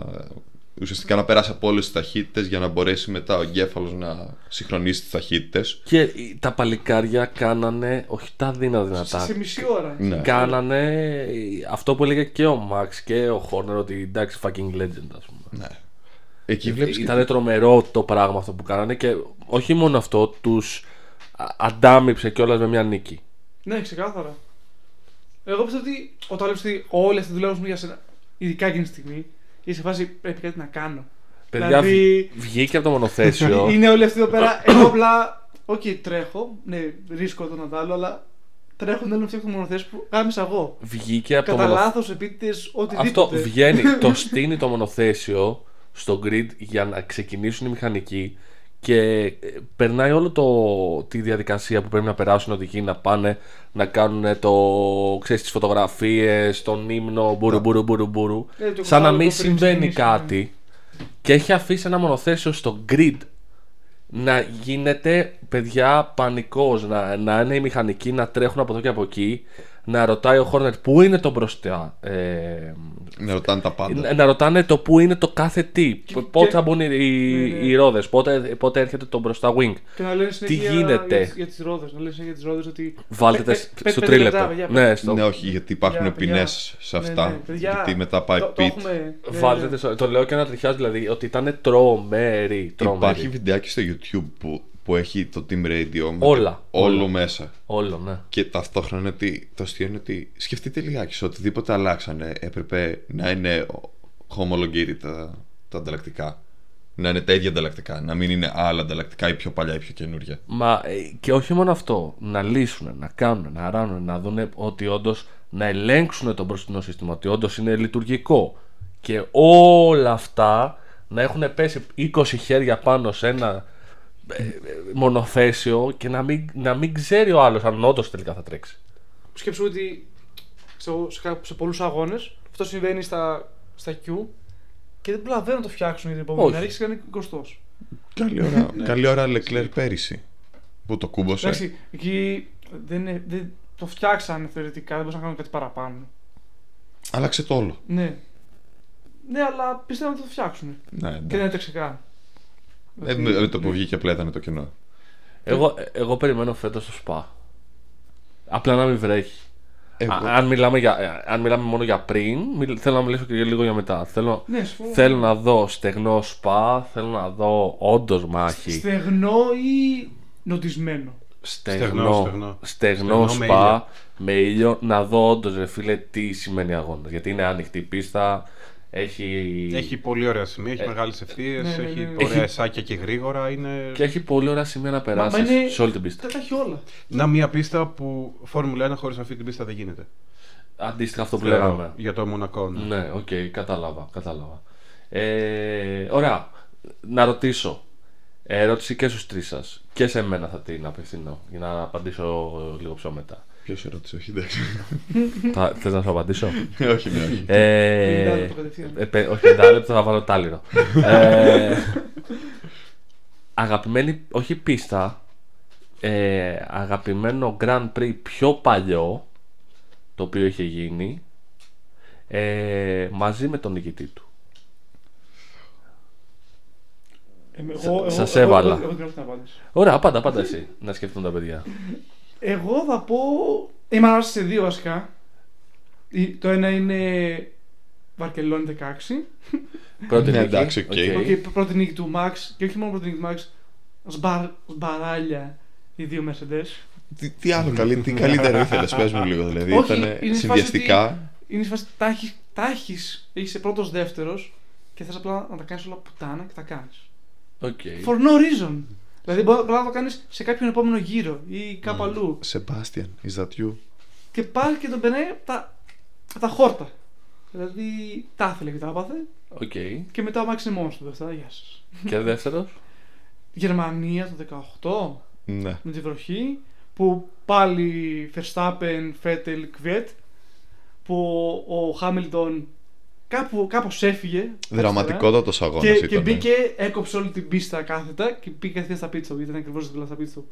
Speaker 3: ουσιαστικά να περάσει από όλες τις ταχύτητες για να μπορέσει μετά ο εγκέφαλος να συγχρονίσει τις ταχύτητες.
Speaker 4: Και ε, τα παλικάρια κάνανε, όχι τα δίνα δυνατά.
Speaker 1: Σε μισή ώρα.
Speaker 3: Ναι.
Speaker 4: Κάνανε ε, αυτό που έλεγε και ο Μαξ και ο Χόρνερ ότι εντάξει fucking legend ας πούμε.
Speaker 3: Εκεί βλέπει.
Speaker 4: Ναι. Ε, Ήταν τρομερό το πράγμα αυτό που κάνανε και όχι μόνο αυτό, τους α- αντάμυψε κιόλας με μια νίκη.
Speaker 1: Ναι, ξεκάθαρα. Εγώ πιστεύω ότι όταν βλέπεις ότι όλες τις δουλεύουν για σένα, ειδικά εκείνη τη στιγμή, είσαι σε φάση πρέπει κάτι να κάνω.
Speaker 4: Παιδιά
Speaker 1: Δηλαδή-
Speaker 4: βγ- βγήκε από το μονοθέσιο.
Speaker 1: Είναι όλοι αυτοί εδώ πέρα. Εγώ απλά. Οκ, τρέχω. Ναι, ρίσκω τον Αντάλλο, αλλά τρέχω να φτιάξω το μονοθέσιο που κάμισα εγώ.
Speaker 4: Βγήκε από το
Speaker 1: Κατά
Speaker 4: μονοθέσιο.
Speaker 1: λάθος, επίτηδες, οτιδήποτε.
Speaker 4: Αυτό βγαίνει, το στείνει το μονοθέσιο στο grid για να ξεκινήσουν οι μηχανικοί και ε, περνάει όλο το, τη διαδικασία που πρέπει να περάσουν οι οδηγοί να πάνε να κάνουν το, ξέρεις, τις φωτογραφίες, τον ύμνο, μπουρου μπουρου μπουρου μπουρου
Speaker 1: Ε, το
Speaker 4: σαν να
Speaker 1: κουτάλο
Speaker 4: μην
Speaker 1: το πριν
Speaker 4: συμβαίνει
Speaker 1: ξεκινήσει,
Speaker 4: κάτι και έχει αφήσει ένα μονοθέσιο στο grid να γίνεται παιδιά πανικός να, να είναι οι μηχανικοί να τρέχουν από εδώ και από εκεί να ρωτάει ο Χόρνερ πού είναι το μπροστά ε,
Speaker 3: Να ρωτάνε τα πάντα.
Speaker 4: να, να ρωτάνε το πού είναι το κάθε τι π- πότε
Speaker 1: και-
Speaker 4: θα μπουν οι, οι,
Speaker 1: ναι.
Speaker 4: οι ρόδες πότε, πότε έρχεται το μπροστά wing
Speaker 1: Και να λένε
Speaker 4: Τι
Speaker 1: συνέχεια
Speaker 4: γίνεται?
Speaker 1: για, για τις ρόδες. Να λένε συνέχεια για τις ρόδες ότι.
Speaker 4: βάλτε τα
Speaker 1: Πε-
Speaker 4: σ-
Speaker 1: πε- πε-
Speaker 4: στο
Speaker 1: πέντε λεπτά,
Speaker 4: τρίλεπτο
Speaker 1: παιδιά,
Speaker 4: ναι, στο...
Speaker 3: Ναι, όχι, γιατί υπάρχουν
Speaker 1: παιδιά.
Speaker 3: ποινέ σε
Speaker 1: Ναι,
Speaker 3: αυτά.
Speaker 1: ναι, παιδιά,
Speaker 3: γιατί μετά πάει
Speaker 1: το- το
Speaker 3: pit.
Speaker 1: έχουμε, ναι,
Speaker 4: Βάλτε
Speaker 1: ναι.
Speaker 4: τα στο- το λέω και να τριχιάζω δηλαδή ότι ήταν τρομερή, τρομερή.
Speaker 3: Υπάρχει βιντεάκι στο YouTube που, που έχει το team radio. με
Speaker 4: Όλα,
Speaker 3: το- Όλο
Speaker 4: όλα.
Speaker 3: μέσα.
Speaker 4: όλο ναι
Speaker 3: Και ταυτόχρονα είναι ότι το αστείο είναι ότι σκεφτείτε λιγάκι σε οτιδήποτε αλλάξανε έπρεπε να είναι homologated τα, τα ανταλλακτικά. Να είναι τα ίδια ανταλλακτικά. Να μην είναι άλλα ανταλλακτικά ή πιο παλιά ή πιο καινούρια.
Speaker 4: Μα ε, και όχι μόνο αυτό, να λύσουν, να κάνουν, να ράνουν, να δουν ότι όντως να ελέγξουν το μπροστινό σύστημα, ότι όντως είναι λειτουργικό. Και όλα αυτά να έχουν πέσει 20 χέρια πάνω σε ένα ε, ε, μονοθέσιο και να μην, να μην ξέρει ο άλλος αν όντως τελικά θα τρέξει.
Speaker 1: Σκέψου ότι σε, σε, κά- σε πολλούς αγώνες αυτό συμβαίνει στα, στα Q και δεν προλαβαίνουν να το φτιάξουν για την επόμενη
Speaker 4: Όχι.
Speaker 1: μέρα. Έχει κάνει 20.
Speaker 3: Καλή ώρα, καλή ώρα Λεκλέρ πέρυσι. Που το κούμπωσε.
Speaker 1: Εντάξει, εκεί δεν, είναι- δεν, το φτιάξανε θεωρητικά, δεν μπορούσαν να κάνουν κάτι παραπάνω.
Speaker 3: Άλλαξε το όλο.
Speaker 1: Ναι. Ναι, αλλά πιστεύω να το φτιάξουν.
Speaker 3: Ναι, εντάξει.
Speaker 1: Και δεν έτρεξε καν.
Speaker 3: Ε, με, με το που βγήκε απλά ήταν το κενό.
Speaker 4: Εγώ, ε, εγώ περιμένω φέτος το σπα. Απλά να μην βρέχει.
Speaker 3: Εγώ-
Speaker 4: Α- αν, μιλάμε για, ε, αν μιλάμε μόνο για πριν, μιλ- θέλω να μιλήσω και λίγο για μετά. Θέλω,
Speaker 1: Ναι, συμφωνώ.
Speaker 4: θέλω να δω στεγνό σπα, θέλω να δω όντως μάχη.
Speaker 1: Στεγνό ή νοτισμένο.
Speaker 4: Στεγνό,
Speaker 2: στεγνό.
Speaker 4: στεγνό,
Speaker 2: Στεγνό με
Speaker 4: σπα,
Speaker 2: ήλιο.
Speaker 4: με ήλιο, να δω όντως ρε φίλε τι σημαίνει αγώνα. Γιατί είναι άνοιχτη η πίστα, έχει.
Speaker 2: Έχει πολύ ωραία σημεία, έχει μεγάλε ευθείε,
Speaker 1: ναι, ναι, ναι.
Speaker 2: έχει
Speaker 1: Έχει-
Speaker 2: ωραία εσάκια και γρήγορα. Είναι...
Speaker 4: Και έχει πολύ ωραία σημεία να περάσεις
Speaker 1: είναι-
Speaker 4: σε όλη την πίστα.
Speaker 1: Τα τα έχει όλα.
Speaker 2: Να μια πίστα που Φόρμουλα 1 χωρίς αυτή την πίστα δεν γίνεται.
Speaker 4: Αντίστοιχα αυτό που λέγαμε.
Speaker 2: Για το Μονακό. ναι.
Speaker 4: Ναι, οκ, κατάλαβα, κατάλαβα. Ε, ωραία, να ρωτήσω. Ε, ερώτηση και στους τρεις σας. Και σε μένα θα την απευθύνω, για να απαντήσω λίγο πιο μετά.
Speaker 3: Ποιος ερώτησε, όχι εντάξει.
Speaker 4: θα, θες να σου απαντήσω?
Speaker 3: όχι, ναι, όχι.
Speaker 4: ε,
Speaker 1: 50 λεπτό κατευθείαν.
Speaker 4: ε, πε- όχι 50 λεπτό, θα βάλω τάλιρο. ε, αγαπημένη, όχι πίστα, ε, αγαπημένο Grand Prix πιο παλιό, το οποίο είχε γίνει, ε, μαζί με τον νικητή του.
Speaker 1: Ε, εγώ- εγώ-
Speaker 4: σας
Speaker 1: εγώ-
Speaker 4: έβαλα.
Speaker 1: εγώ- εγώ δεν έχω την απάντηση.
Speaker 4: Ωραία, πάντα, πάντα εσύ να σκεφτούν τα παιδιά.
Speaker 1: Εγώ θα πω. Είμαι ανάμεσα σε δύο βασικά. Η- Το ένα είναι Βαρκελόνη 16.
Speaker 4: Πρώτη
Speaker 3: Ναι,
Speaker 4: νίκη,
Speaker 3: εντάξει, οκ.
Speaker 1: Okay, πρώτη νίκη του Max και όχι μόνο πρώτη νίκη του Max. Σμπαρ, σμπαράλια οι δύο Mercedes.
Speaker 3: τι, τι άλλο, καλύ, τι καλύτερο ήθελες, πες μου λίγο. Δηλαδή
Speaker 1: Όχι, είναι
Speaker 3: ήταν
Speaker 1: η φάση
Speaker 3: συνδυαστικά.
Speaker 1: Είναι η φάση τα έχεις, τα έχεις, είσαι πρώτος δεύτερος και θες απλά να τα κάνεις όλα πουτάνα και τα κάνεις.
Speaker 4: Οκ.
Speaker 1: For no reason. Δηλαδή μπορεί απλά να το κάνεις σε κάποιον επόμενο γύρο ή κάπου αλλού.
Speaker 3: Σεμπάστιαν, is that you?
Speaker 1: Και πάλι και τον περνάει τα... τα χόρτα. Δηλαδή τα ήθελε και τα άπαθε.
Speaker 4: Οκ.
Speaker 1: Και μετά ο Μάξ είναι μόνος του δεύτερα. Γεια σας.
Speaker 4: Και δεύτερος.
Speaker 1: Γερμανία το 18
Speaker 3: Ναι.
Speaker 1: με τη βροχή που πάλι Verstappen, Vettel, Kvyat που ο Χάμιλτον κάπου, κάπως έφυγε
Speaker 3: Δραματικότατο αγώνας
Speaker 1: και,
Speaker 3: ήταν. ναι.
Speaker 1: και μπήκε, έκοψε όλη την πίστα κάθετα και πήγε κατευθείαν στα πίτσα του. Ήταν ακριβώς δίπλα στα πίτσα του.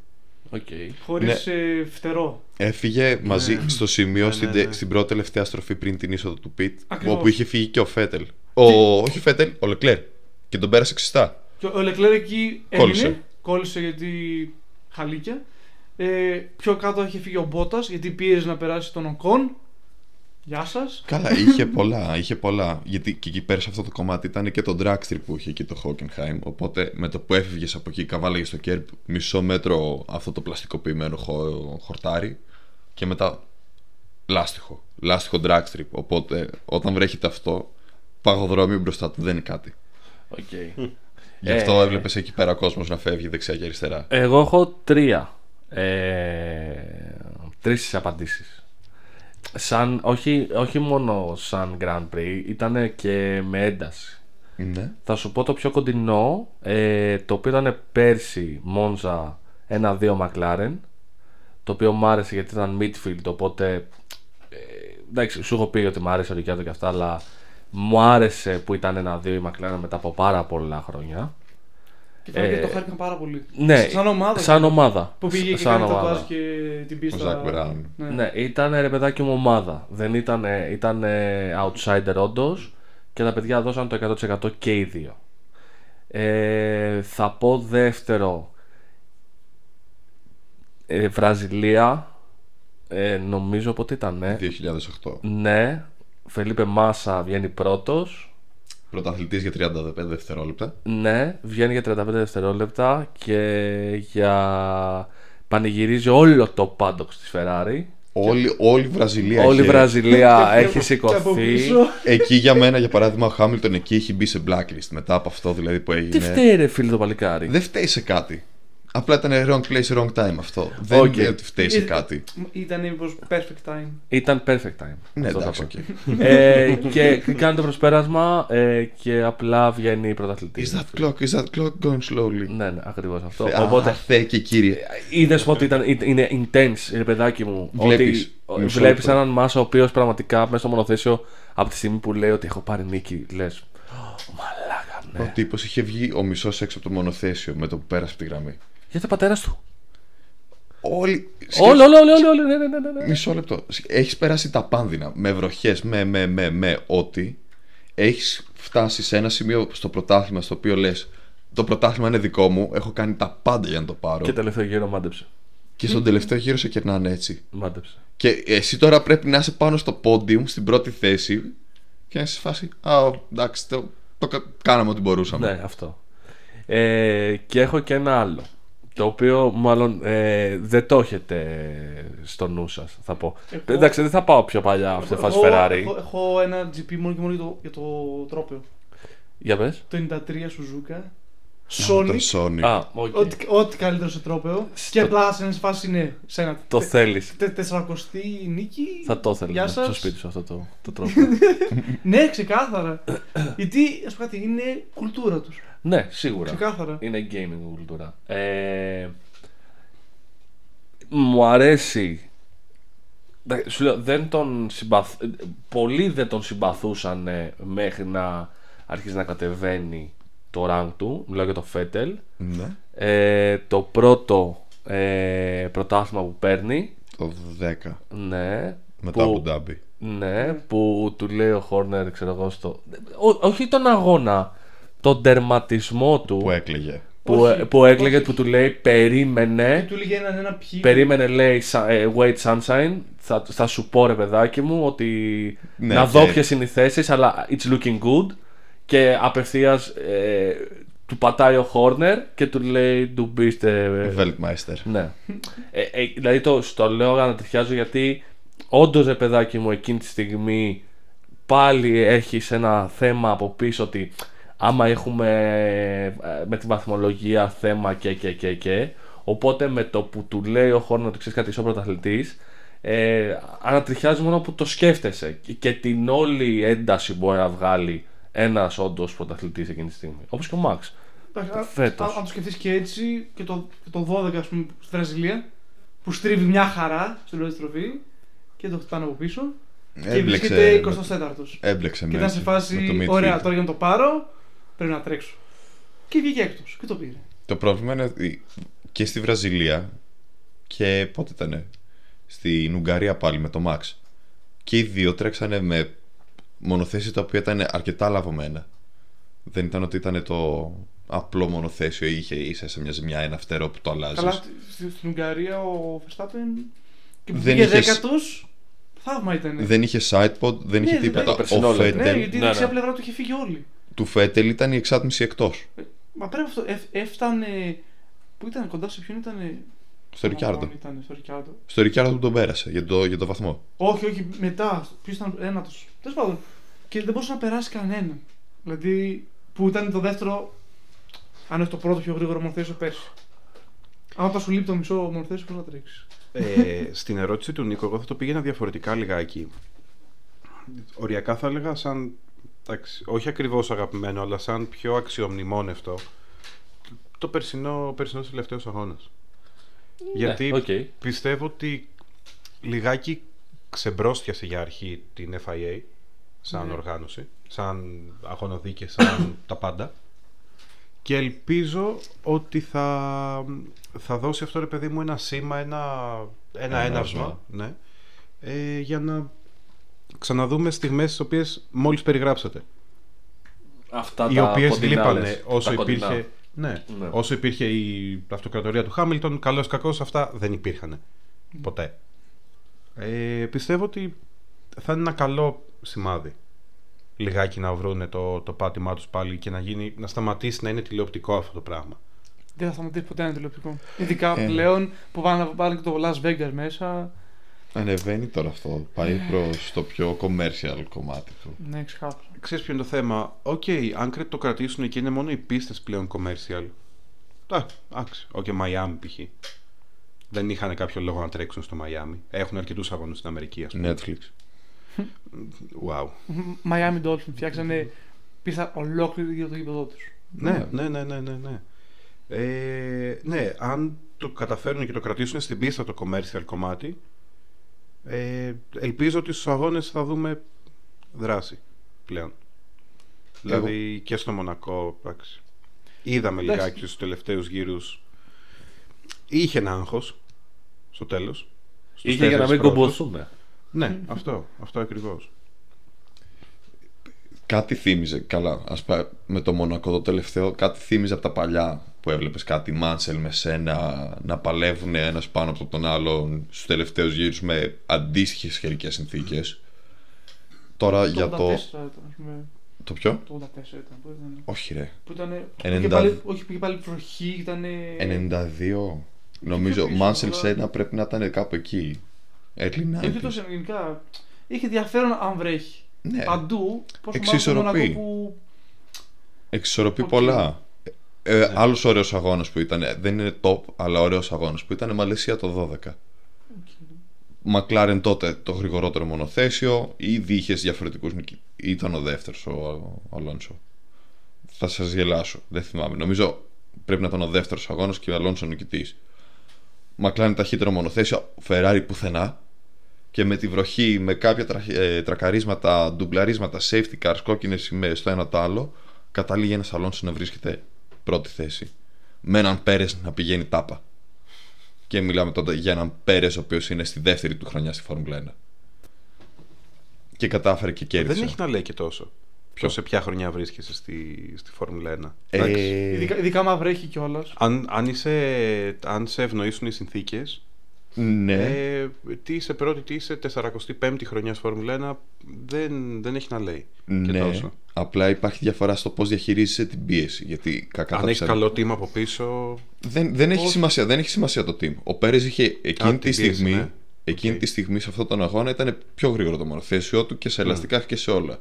Speaker 4: Οκ.
Speaker 1: Χωρίς
Speaker 3: Ναι.
Speaker 1: ε, φτερό.
Speaker 3: Έφυγε μαζί στο σημείο
Speaker 2: Ναι,
Speaker 3: στην,
Speaker 2: ναι, ναι.
Speaker 3: στην πρώτη τελευταία στροφή πριν την είσοδο του Πιτ.
Speaker 1: Ακριβώς.
Speaker 3: Όπου είχε φύγει και ο Φέτελ. Ο... Όχι ο Φέτελ, ο Λεκλέρ. Και τον πέρασε ξυστά.
Speaker 1: Και ο Λεκλέρ εκεί
Speaker 3: Κόλλησε.
Speaker 1: έμεινε. Κόλλησε γιατί χαλίκια. Ε, πιο κάτω είχε φύγει ο Μπότας γιατί πίεζε να περάσει τον Οκόν. Γεια σας.
Speaker 3: Καλά, είχε πολλά, είχε πολλά. Γιατί και εκεί πέρα σε αυτό το κομμάτι ήταν και το dragster που είχε και το Hockenheim. Οπότε με το που έφευγε από εκεί, καβάλαγες στο κέρπ μισό μέτρο αυτό το πλαστικοποιημένο χο- χορτάρι και μετά λάστιχο. Λάστιχο dragstrip. Οπότε όταν βρέχεται αυτό, παγοδρόμιο μπροστά του δεν είναι κάτι.
Speaker 4: Οκ.
Speaker 3: Γι' αυτό
Speaker 4: Ε.
Speaker 3: έβλεπες εκεί πέρα ο κόσμος να φεύγει δεξιά και αριστερά.
Speaker 4: Εγώ έχω τρία. Ε, τρεις απαντήσεις. Σαν, όχι, όχι μόνο σαν Grand Prix, ήταν και με ένταση.
Speaker 3: Ναι.
Speaker 4: Θα σου πω το πιο κοντινό, ε, το οποίο ήταν πέρσι Μόντζα 1-2 McLaren, το οποίο μου άρεσε γιατί ήταν midfield, οπότε ε, εντάξει, σου έχω πει ότι μου άρεσε ο Ρικιάτο και αυτά, αλλά μου άρεσε που ήταν 1-2 η McLaren μετά από πάρα πολλά χρόνια.
Speaker 1: Και φάνηκε το χάρηκαν πάρα πολύ.
Speaker 4: Ε, Ναι,
Speaker 1: σαν ομάδα.
Speaker 4: Σαν ομάδα.
Speaker 1: Που πήγε και
Speaker 4: σαν
Speaker 1: κάνει τα
Speaker 4: ομάδα.
Speaker 1: πάζ και την
Speaker 3: Ο
Speaker 1: πίστα.
Speaker 3: Ζακ Μπράουν.
Speaker 1: Ναι.
Speaker 4: Ναι, ήταν ρε παιδάκι μου ομάδα. Δεν ήταν, ήταν outsider όντως και τα παιδιά δώσαν το 100% και οι δύο. Ε, θα πω δεύτερο. Ε, Βραζιλία. Ε, νομίζω πότε ήταν. ε.
Speaker 3: 2008.
Speaker 4: Ναι. Φελίπε Μάσα βγαίνει πρώτος.
Speaker 3: Πρωταθλητής για 35 δευτερόλεπτα.
Speaker 4: Ναι, βγαίνει για 35 δευτερόλεπτα και για... πανηγυρίζει όλο το πάντοξ της Ferrari.
Speaker 3: Όλη, όλη η Βραζιλία
Speaker 4: Όλη η
Speaker 3: είχε-
Speaker 4: Βραζιλία
Speaker 1: Και από-
Speaker 4: έχει
Speaker 1: και από
Speaker 4: σηκωθεί.
Speaker 1: πίσω.
Speaker 3: Εκεί για μένα, για παράδειγμα, ο Χάμιλτον εκεί έχει μπει σε blacklist μετά από αυτό δηλαδή που έγινε.
Speaker 4: Τι φταίει ρε φίλε το παλικάρι.
Speaker 3: Δεν φταίει σε κάτι. Απλά ήταν wrong place, wrong time αυτό. Δεν
Speaker 4: Οκ. Ε,
Speaker 3: είναι ότι φταίει σε κάτι.
Speaker 1: Ήταν μήπως perfect time.
Speaker 4: Ήταν perfect time.
Speaker 3: Ναι,
Speaker 4: Αυτό θα
Speaker 3: εντάξει,
Speaker 4: πω.
Speaker 3: οκ.
Speaker 4: ε, και κάνει το προσπέρασμα ε, και απλά βγαίνει η πρωταθλητή.
Speaker 3: Is that clock, is that clock going slowly?
Speaker 4: Ναι, ναι, ακριβώς αυτό.
Speaker 3: Ε, Α,
Speaker 4: Οπότε
Speaker 3: Θεέ και κύριε.
Speaker 4: είδες ότι ήταν, είναι intense, ρε παιδάκι μου.
Speaker 3: Βλέπεις.
Speaker 4: Ότι
Speaker 3: Μισό
Speaker 4: βλέπεις
Speaker 3: λεπτό.
Speaker 4: έναν Μάσα ο οποίος πραγματικά μέσα στο μονοθέσιο από τη στιγμή που λέει ότι έχω πάρει νίκη, λες. Μαλάκα, ναι.
Speaker 3: Ο τύπος είχε βγει ο μισός έξω από το μονοθέσιο με το που πέρασε από τη γραμμή.
Speaker 4: Γιατί πατέρας του.
Speaker 3: Όλοι.
Speaker 4: Όλο, όλο, όλο, όλο, όλο, ναι, ναι, ναι, ναι, ναι.
Speaker 3: Μισό λεπτό. Έχεις περάσει τα πάνδυνα με βροχές, με, με, με, με, ό,τι. Έχεις φτάσει σε ένα σημείο στο πρωτάθλημα στο οποίο λες: Το πρωτάθλημα είναι δικό μου. Έχω κάνει τα πάντα για να το πάρω.
Speaker 4: Και τελευταίο γύρο μάντεψε.
Speaker 3: Και στον τελευταίο γύρο σε κερνάνε έτσι.
Speaker 4: Μάντεψε.
Speaker 3: Και εσύ τώρα πρέπει να είσαι πάνω στο πόντιουμ, στην πρώτη θέση και να είσαι σε φάση. Α, εντάξει, το, το κα- κάναμε ό,τι μπορούσαμε.
Speaker 4: Ναι, αυτό. Ε, και έχω και ένα άλλο. Το οποίο μάλλον ε, δεν το έχετε στο νου σας, θα πω.
Speaker 1: Εγώ-
Speaker 4: Εντάξει, δεν θα πάω πιο παλιά σε φάση
Speaker 1: Εγώ-
Speaker 4: Ferrari.
Speaker 1: Έχω, έχω ένα GP μόνο και μόνο για το, για το τρόπαιο.
Speaker 4: Για πες.
Speaker 1: Το 93 Σουζούκα.
Speaker 3: Τον
Speaker 1: Sonic.
Speaker 3: Sony.
Speaker 4: Α, οκ.
Speaker 1: Ναι. Ό,τι, ό,τι καλύτερο σε τρόπαιο. Και απλά σε ένα φάση είναι σε ένα.
Speaker 4: Το
Speaker 1: τε-
Speaker 4: θέλεις.
Speaker 1: τε- τεσσαρακοστή νίκη.
Speaker 4: Θα το
Speaker 1: Γεια
Speaker 4: θέλεις ναι,
Speaker 1: σας.
Speaker 4: στο σπίτι σου αυτό το, το τρόπο.
Speaker 1: Ναι, ξεκάθαρα. Γιατί, ας πούμε κάτι, είναι κουλτούρα τους.
Speaker 4: ναι, σίγουρα.
Speaker 1: Ξεκάθαρα.
Speaker 4: Είναι gaming κουλτούρα. Ε, μου αρέσει. Εντάξει, Σου λέω, δεν τον συμπαθ... ε, Πολλοί δεν τον συμπαθούσαν ε, μέχρι να αρχίσει να κατεβαίνει το rank του. Μιλάω για το Φέτελ.
Speaker 3: Ναι.
Speaker 4: Ε, το πρώτο ε, πρωτάθλημα που παίρνει.
Speaker 3: Το 10.
Speaker 4: Ναι.
Speaker 3: Μετά
Speaker 4: που-
Speaker 3: από Ντάμπι.
Speaker 4: ναι, που του λέει ο Χόρνερ, ξέρω εγώ, στο... Ό- όχι τον αγώνα, τον τερματισμό του
Speaker 3: Που
Speaker 4: που,
Speaker 3: έκλαιγε.
Speaker 4: που,
Speaker 1: Όχι,
Speaker 4: έκλαιγε,
Speaker 1: όχι.
Speaker 4: που του λέει περίμενε,
Speaker 1: Του λέγε έναν ένα ποιή.
Speaker 4: περίμενε λέει σα- ε, wait sunshine, θα, θα σου πω ρε παιδάκι μου ότι
Speaker 3: Ναι,
Speaker 4: να
Speaker 3: και-
Speaker 4: δω ποιες είναι οι θέσεις, αλλά it's looking good και απευθείας ε, του πατάει ο Χόρνερ και του λέει ντουμπίστε ε,
Speaker 3: Weltmeister.
Speaker 4: ναι. ε, ε, δηλαδή το στο λέω ανατριχιάζω γιατί όντως ρε παιδάκι μου εκείνη τη στιγμή πάλι έχεις ένα θέμα από πίσω ότι άμα έχουμε ε, με τη βαθμολογία θέμα και και και και οπότε με το που του λέει ο Χόρνερ ότι ξέρεις κάτι είσαι ο πρωταθλητής ε, ανατριχιάζει μόνο που το σκέφτεσαι και- και την όλη ένταση μπορεί να βγάλει ένας όντως πρωταθλητής εκείνη τη στιγμή. Όπως και ο Μαξ.
Speaker 1: Εντάξει, α-
Speaker 4: Φέτος.
Speaker 1: Αν, αν το σκεφτείς και έτσι, και το, και το 12 ας πούμε, στη Βραζιλία, που στρίβει μια χαρά στην πρώτη στροφή και το χτυπάνε από πίσω. και βρίσκεται 24ο.
Speaker 3: Έμπλεξε
Speaker 1: Και
Speaker 3: Ε, ναι, με,
Speaker 1: ήταν σε
Speaker 3: έτσι, με το
Speaker 1: φάση,
Speaker 3: midfield.
Speaker 1: ωραία, τώρα για να το πάρω, πρέπει να τρέξω. Και βγήκε έκτος και το πήρε.
Speaker 3: Το πρόβλημα είναι ότι και στη Βραζιλία και πότε ήταν στην Ουγγαρία πάλι με το Μαξ. Και οι δύο τρέξανε με μονοθέσει τα οποία ήταν αρκετά λαβωμένα. Δεν ήταν ότι ήταν το απλό μονοθέσιο ή είχε ίσα σε μια ζημιά ένα φτερό που το αλλάζεις.
Speaker 1: Καλά, στη- στην Ουγγαρία ο Verstappen και που
Speaker 3: Δεν
Speaker 1: βγήκε
Speaker 3: είχες-
Speaker 1: δέκατος, θαύμα ήταν.
Speaker 3: Δεν είχε sidepod, δεν είχε
Speaker 1: Ναι,
Speaker 3: τίποτα.
Speaker 1: δεν-
Speaker 4: Περσινό
Speaker 3: Ο
Speaker 4: λένε.
Speaker 1: Ναι,
Speaker 3: Φέτελ,
Speaker 1: γιατί η
Speaker 4: ναι,
Speaker 1: δεξιά
Speaker 4: ναι.
Speaker 1: πλευρά του είχε φύγει όλη.
Speaker 3: του Φέτελ ήταν η εξάτμιση εκτός.
Speaker 1: Μα πέρα από αυτό, ε, έφτανε. Πού ήταν κοντά σε ποιον ήταν.
Speaker 3: Στο Ρικιάρντο.
Speaker 1: Ήταν, στο Ρικιάρντο.
Speaker 3: Στο Ρικιάρντο που τον πέρασε για το, για το βαθμό.
Speaker 1: Όχι, όχι, μετά. Ποιος ήταν ένατος. Τέλος πάντων. Και δεν μπορούσε να περάσει κανέναν. Δηλαδή, που ήταν το δεύτερο, αν όχι το πρώτο πιο γρήγορο μονοθέσιο πέρσι. Αν όταν σου λείπει το μισό μονοθέσιο, πώς να τρέξεις.
Speaker 2: Ε, στην ερώτηση του Νίκο, εγώ θα το πήγαινα διαφορετικά λιγάκι. Οριακά θα έλεγα σαν. εντάξει, όχι ακριβώς αγαπημένο, αλλά σαν πιο αξιομνημόνευτο. Το περσινό, περσινός τελευταίος αγώνας. Γιατί
Speaker 4: οκ.
Speaker 2: πιστεύω ότι λιγάκι ξεμπρόστιασε για αρχή την FIA σαν
Speaker 1: Ναι.
Speaker 2: οργάνωση, σαν αγώνα δίκες, σαν τα πάντα. Και ελπίζω ότι θα, θα δώσει αυτό ρε παιδί μου ένα σήμα, ένα, ένα
Speaker 3: Ένα
Speaker 2: έναυσμα
Speaker 3: έναυσμα.
Speaker 2: ναι, ε, για να ξαναδούμε στιγμές τις οποίες μόλις περιγράψατε.
Speaker 4: Αυτά
Speaker 2: οι
Speaker 4: τα
Speaker 2: οποίες
Speaker 4: κοντινά,
Speaker 2: λείπανε
Speaker 4: λες,
Speaker 2: όσο
Speaker 4: τα κοντινά.
Speaker 2: υπήρχε, ναι,
Speaker 4: Ναι.
Speaker 2: όσο υπήρχε η αυτοκρατορία του Χάμιλτον, καλός κακός αυτά δεν υπήρχαν ποτέ. Ε, πιστεύω ότι θα είναι ένα καλό σημάδι λιγάκι να βρούνε το, το πάτημά τους πάλι και να, γίνει, να σταματήσει να είναι τηλεοπτικό αυτό το πράγμα.
Speaker 1: Δεν θα σταματήσει ποτέ ένα τηλεοπτικό. Ειδικά
Speaker 3: Ε.
Speaker 1: πλέον που πάνε να βάλουν και το Las Vegas μέσα.
Speaker 3: Ανεβαίνει τώρα αυτό. Πάει προς το πιο commercial κομμάτι του.
Speaker 1: Ναι, ξεχάσω.
Speaker 2: Ξέρεις ποιο είναι το θέμα. Οκ, αν κρε- το κρατήσουν και είναι μόνο οι πίστες πλέον commercial. Εντάξει, άξι. Οκ, Μαϊάμι π.χ. Δεν είχαν κάποιο λόγο να τρέξουν στο Μαϊάμι. Έχουν αρκετούς αγώνες στην Αμερική, ας πούμε.
Speaker 3: Netflix.
Speaker 2: Wow.
Speaker 1: Miami Dolphin φτιάξανε πίστα ολόκληρη για το γήπεδο τους.
Speaker 2: Ναι, ναι, ναι, ναι, ναι. Ναι. Ε, ναι, αν το καταφέρουν και το κρατήσουν στην πίστα το commercial κομμάτι, ε, ελπίζω ότι στους αγώνες θα δούμε δράση πλέον. Δηλαδή και στο Μονακό, εντάξει. Είδαμε
Speaker 1: Εντάξει.
Speaker 2: λιγάκι στους τελευταίους γύρους. Είχε ένα άγχος στο τέλος. στους
Speaker 4: Είχε για να μην
Speaker 2: τέσσερις πρώτους.
Speaker 4: κομποθούμε.
Speaker 2: Ναι, αυτό, αυτό ακριβώς.
Speaker 3: Κάτι θύμιζε. Καλά, ας πούμε με το Μονακό το τελευταίο, κάτι θύμιζε από τα παλιά που έβλεπες κάτι Μάνσελ με σένα να παλεύουν ένας πάνω από τον άλλον στους τελευταίους γύρους με αντίστοιχες χερικέ συνθήκες. Τώρα Ε, για
Speaker 1: το.
Speaker 3: το.
Speaker 1: 84 ήταν, ας πούμε.
Speaker 3: Το ποιο?
Speaker 1: Το 84 ήταν. Πού ήταν.
Speaker 3: Όχι, ρε.
Speaker 1: Που ήταν.
Speaker 3: 90.
Speaker 1: Πάλι, όχι, πήγε πάλι βροχή, ήταν.
Speaker 3: 92. Νομίζω
Speaker 1: πίσω,
Speaker 3: Μάνσελ
Speaker 1: αλλά-
Speaker 3: Σένα πρέπει να ήταν κάπου εκεί. Έκλεινα.
Speaker 1: Όχι τόσο γενικά. Είχε ενδιαφέρον αν βρέχει.
Speaker 3: Ναι,
Speaker 1: Παντού, πόσο μάλλον στο
Speaker 3: Εξισορροπεί.
Speaker 1: Μονακό που.
Speaker 3: εξισορροπεί
Speaker 1: Οκ.
Speaker 3: πολλά. Ε, Άλλο ωραίο αγώνα που ήταν, ε, δεν είναι top, αλλά ωραίος αγώνα που ήταν Μαλαισία το 12. Μακλάρεν τότε το γρηγορότερο μονοθέσιο, ήδη είχες διαφορετικούς Ήταν ο δεύτερος ο Αλόνσο. Θα σας γελάσω, δεν θυμάμαι. Νομίζω πρέπει να ήταν ο δεύτερος αγώνας και ο Αλόνσο νικητής. Μακλάρεν ταχύτερο μονοθέσιο, Φεράρι πουθενά. Και με τη βροχή, με κάποια τρα- ε, τρακαρίσματα, ντουμπλαρίσματα, safety cars, κόκκινες σημαίες το ένα το άλλο, καταλήγει ένας Αλόνσο να βρίσκεται πρώτη θέση. Με έναν Πέρες να πηγαίνει τάπα. Και μιλάμε τότε για έναν Πέρες ο οποίος είναι στη δεύτερη του χρονιά στη Φόρμουλα 1. Και κατάφερε και κέρδισε.
Speaker 2: Δεν έχει να λέει και τόσο. Ποιος σε ποια χρονιά βρίσκεσαι στη, στη Φόρμουλα 1.
Speaker 3: Ε,
Speaker 2: Εντάξει.
Speaker 1: Ειδικά, ειδικά μα βρέχει κιόλας.
Speaker 2: Αν, αν, είσαι, αν σε ευνοήσουν οι συνθήκες,
Speaker 3: ναι.
Speaker 2: ε, τι είσαι πρώτη, τι είσαι 45η χρονιά στη Φόρμουλα 1, δεν, δεν έχει να λέει. Και
Speaker 3: ναι.
Speaker 2: τόσο.
Speaker 3: Απλά υπάρχει διαφορά στο πώς διαχειρίζεσαι την πίεση. Γιατί κακά
Speaker 2: αν
Speaker 3: τα
Speaker 2: έχει
Speaker 3: ψέματα-
Speaker 2: καλό team από πίσω.
Speaker 3: Δεν, δεν έχει
Speaker 1: Όχι.
Speaker 3: σημασία, δεν έχει σημασία το team. Ο Πέρες είχε εκείνη
Speaker 2: Α,
Speaker 3: τη
Speaker 2: την πίεση,
Speaker 3: στιγμή.
Speaker 2: ναι.
Speaker 3: Εκείνη
Speaker 2: Οκ.
Speaker 3: τη στιγμή σε αυτόν τον αγώνα ήταν πιο γρήγορο το μονοθέσιό του και
Speaker 2: Ναι.
Speaker 3: σε ελαστικά και σε όλα.